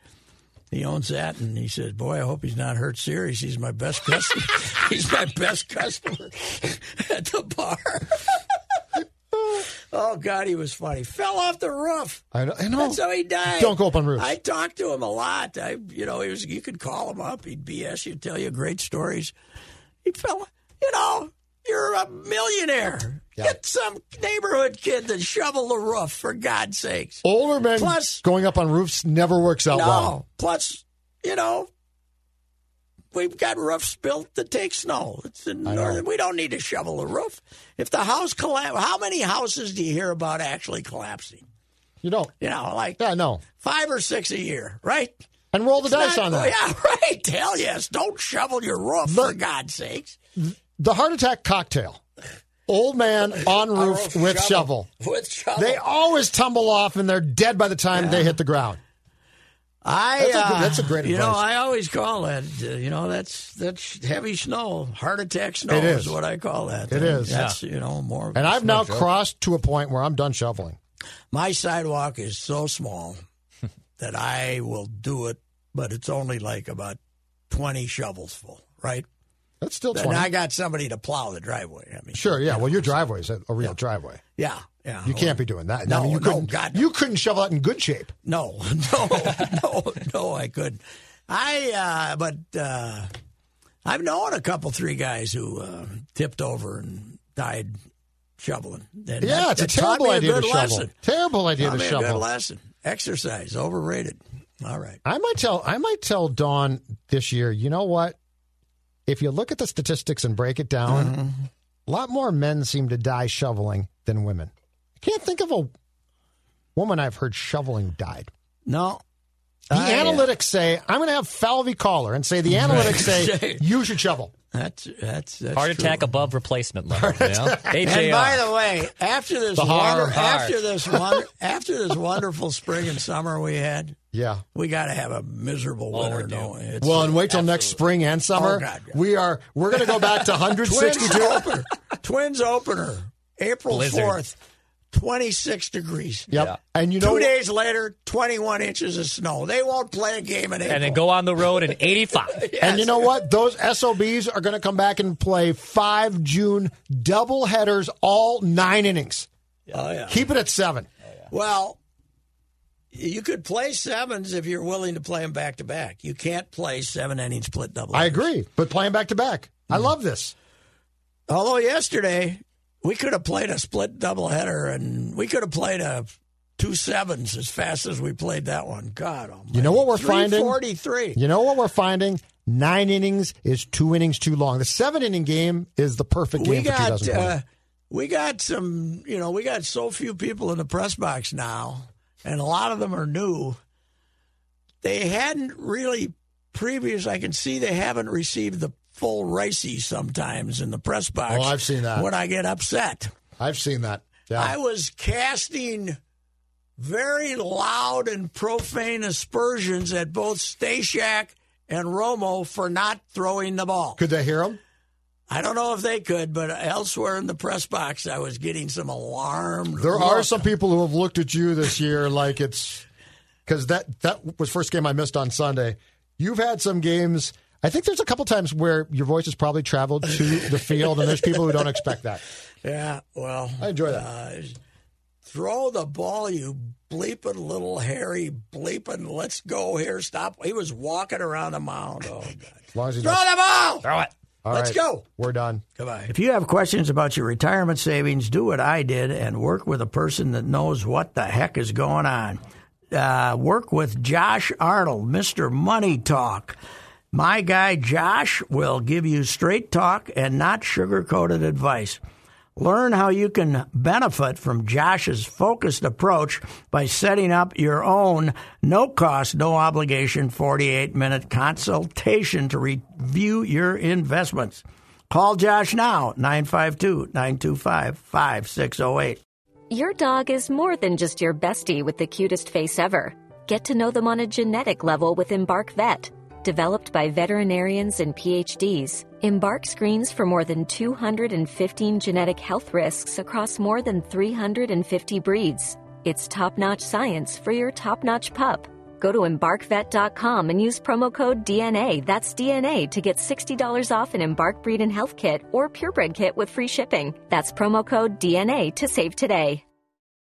[SPEAKER 3] He owns that, and he said, "Boy, I hope he's not hurt serious. He's my best customer. he's my best customer at the bar." oh God, he was funny. Fell off the roof.
[SPEAKER 4] I know. I know.
[SPEAKER 3] That's how he died.
[SPEAKER 4] Don't go up on roofs.
[SPEAKER 3] I talked to him a lot. I, you know, he was. You could call him up. He'd BS you, tell you great stories. He fell. You know, you're a millionaire. Get some neighborhood kid to shovel the roof for God's sakes.
[SPEAKER 4] Older men
[SPEAKER 3] Plus-
[SPEAKER 4] going up on roofs never works out
[SPEAKER 3] no.
[SPEAKER 4] well.
[SPEAKER 3] Plus, you know, we've got roofs built that take snow. It's in northern. We don't need to shovel a roof. If the house collapse, how many houses do you hear about actually collapsing?
[SPEAKER 4] You don't.
[SPEAKER 3] You know, like
[SPEAKER 4] Yeah, no.
[SPEAKER 3] five or six a year, right?
[SPEAKER 4] And roll the dice
[SPEAKER 3] Not- Oh,
[SPEAKER 4] on that.
[SPEAKER 3] Yeah, right. Hell yes. Don't shovel your roof, for God's sakes.
[SPEAKER 4] The heart attack cocktail. Old man on
[SPEAKER 3] A
[SPEAKER 4] roof with shovel.
[SPEAKER 3] With shovel.
[SPEAKER 4] They always tumble off and they're dead by the time they hit the ground.
[SPEAKER 3] I,
[SPEAKER 4] That's a
[SPEAKER 3] uh,
[SPEAKER 4] good- that's a great
[SPEAKER 3] You know,
[SPEAKER 4] advice.
[SPEAKER 3] I always call that. Uh, you know, that's that's heavy snow, heart attack snow
[SPEAKER 4] It is.
[SPEAKER 3] what I call that.
[SPEAKER 4] It is.
[SPEAKER 3] That's you know more.
[SPEAKER 4] And I've
[SPEAKER 3] it's no
[SPEAKER 4] now
[SPEAKER 3] joke.
[SPEAKER 4] crossed to a point where I'm done shoveling.
[SPEAKER 3] my sidewalk is so small that I will do it, but it's only like about twenty shovels full, right?
[SPEAKER 4] That's still
[SPEAKER 3] And
[SPEAKER 4] 20.
[SPEAKER 3] I got somebody to plow the driveway. I mean,
[SPEAKER 4] sure, yeah. Well, your driveway is a a real driveway.
[SPEAKER 3] yeah, yeah.
[SPEAKER 4] You can't be doing that. I
[SPEAKER 3] No,
[SPEAKER 4] mean, you
[SPEAKER 3] no,
[SPEAKER 4] couldn't,
[SPEAKER 3] God, no.
[SPEAKER 4] You couldn't shovel that in good shape.
[SPEAKER 3] No, no, no, no, I couldn't. I, uh, but uh, I've known a couple, three guys who uh, tipped over and died shoveling. And
[SPEAKER 4] Yeah,
[SPEAKER 3] that-
[SPEAKER 4] it's a
[SPEAKER 3] that taught
[SPEAKER 4] terrible
[SPEAKER 3] me
[SPEAKER 4] idea
[SPEAKER 3] good
[SPEAKER 4] to shovel.
[SPEAKER 3] lesson.
[SPEAKER 4] Terrible idea
[SPEAKER 3] Taught
[SPEAKER 4] to
[SPEAKER 3] me a good
[SPEAKER 4] shovel.
[SPEAKER 3] lesson. Exercise overrated. All right.
[SPEAKER 4] I might tell I might tell Dawn this year, you know what? If you look at the statistics and break it down,
[SPEAKER 3] Mm-hmm.
[SPEAKER 4] a lot more men seem to die shoveling than women. I can't think of a woman I've heard shoveling died.
[SPEAKER 3] No.
[SPEAKER 4] The
[SPEAKER 3] I, uh,
[SPEAKER 4] analytics say I'm going to have Falvey call her and say the analytics say you should shovel.
[SPEAKER 3] That's that's, that's
[SPEAKER 5] Heart
[SPEAKER 3] true.
[SPEAKER 5] attack above replacement level. You know?
[SPEAKER 3] And by
[SPEAKER 5] HAR.
[SPEAKER 3] the way, after this
[SPEAKER 4] The har-
[SPEAKER 3] wonder,
[SPEAKER 4] har.
[SPEAKER 3] after this wonder, after this wonderful spring and summer we had,
[SPEAKER 4] Yeah.
[SPEAKER 3] we got to have a miserable
[SPEAKER 5] Oh, we're
[SPEAKER 3] winter.
[SPEAKER 5] due.
[SPEAKER 3] don't we? It's-
[SPEAKER 4] Well, and wait till next spring and summer.
[SPEAKER 3] Oh, God, yeah.
[SPEAKER 4] We are we're going to go back to
[SPEAKER 3] Twins
[SPEAKER 4] 162.
[SPEAKER 3] opener. Twins opener. April
[SPEAKER 5] Blizzard.
[SPEAKER 3] fourth. Twenty six degrees.
[SPEAKER 4] Yep. And you know
[SPEAKER 3] Two days later, twenty one inches of snow. They won't play a game in April.
[SPEAKER 5] and then go on the road in 85.
[SPEAKER 4] And you know what? Those SOBs are going to come back and play five June double headers, all nine innings.
[SPEAKER 3] Oh yeah.
[SPEAKER 4] Keep it at seven.
[SPEAKER 3] Well, you could play sevens if you're willing to play them back to back. You can't play seven inning split double.
[SPEAKER 4] I agree, but playing back to back. I
[SPEAKER 3] Mm.
[SPEAKER 4] love this.
[SPEAKER 3] Although yesterday we could have played a split doubleheader and we could have played a two sevens as fast as we played that one. God, almighty.
[SPEAKER 4] You know what we're finding?
[SPEAKER 3] Forty three.
[SPEAKER 4] You know what we're finding? Nine innings is two innings too long. The seven inning game is the perfect game
[SPEAKER 3] we
[SPEAKER 4] for
[SPEAKER 3] got
[SPEAKER 4] 2020.
[SPEAKER 3] uh, we got some you know we got so few people in the press box now and a lot of them are new they hadn't really previous i can see they haven't received the full racy sometimes in the press box
[SPEAKER 4] Oh, I've seen that.
[SPEAKER 3] when i get upset
[SPEAKER 4] I've seen that. Yeah.
[SPEAKER 3] i was casting very loud and profane aspersions at both Stashak and Romo for not throwing the ball.
[SPEAKER 4] Could they hear him?
[SPEAKER 3] I don't know if they could, but elsewhere in the press box, I was getting some alarmed.
[SPEAKER 4] There are
[SPEAKER 3] look.
[SPEAKER 4] some people who have looked at you this year like it's because that that was first game I missed on Sunday. You've had some games. I think there's a couple times where your voice has probably traveled to the field, and there's people who don't expect that.
[SPEAKER 3] Yeah, well,
[SPEAKER 4] I enjoy that.
[SPEAKER 3] uh, throw the ball, you bleeping little hairy bleeping. Let's go here. Stop. He was walking around the mound. Oh, God.
[SPEAKER 4] As long as you
[SPEAKER 3] throw
[SPEAKER 4] don't-
[SPEAKER 3] the ball.
[SPEAKER 5] Throw it.
[SPEAKER 4] All
[SPEAKER 3] Let's
[SPEAKER 4] right,
[SPEAKER 3] go.
[SPEAKER 4] We're done.
[SPEAKER 3] Goodbye. If you have questions about your retirement savings, do what I did and work with a person that knows what the heck is going on. Uh, work with Josh Arnold, Mr. Money Talk. My guy Josh will give you straight talk and not sugar coated advice. Learn how you can benefit from Josh's focused approach by setting up your own no cost, no obligation 48 minute consultation to review your investments. Call Josh now, 952 925 5608.
[SPEAKER 8] Your dog is more than just your bestie with the cutest face ever. Get to know them on a genetic level with Embark Vet. Developed by veterinarians and PhDs, Embark screens for more than 215 genetic health risks across more than 350 breeds. It's top notch science for your top notch pup. Go to embarkvet.com and use promo code DNA, that's DNA, to get $60 off an Embark Breed and Health Kit or Purebred Kit with free shipping. That's promo code DNA to save today.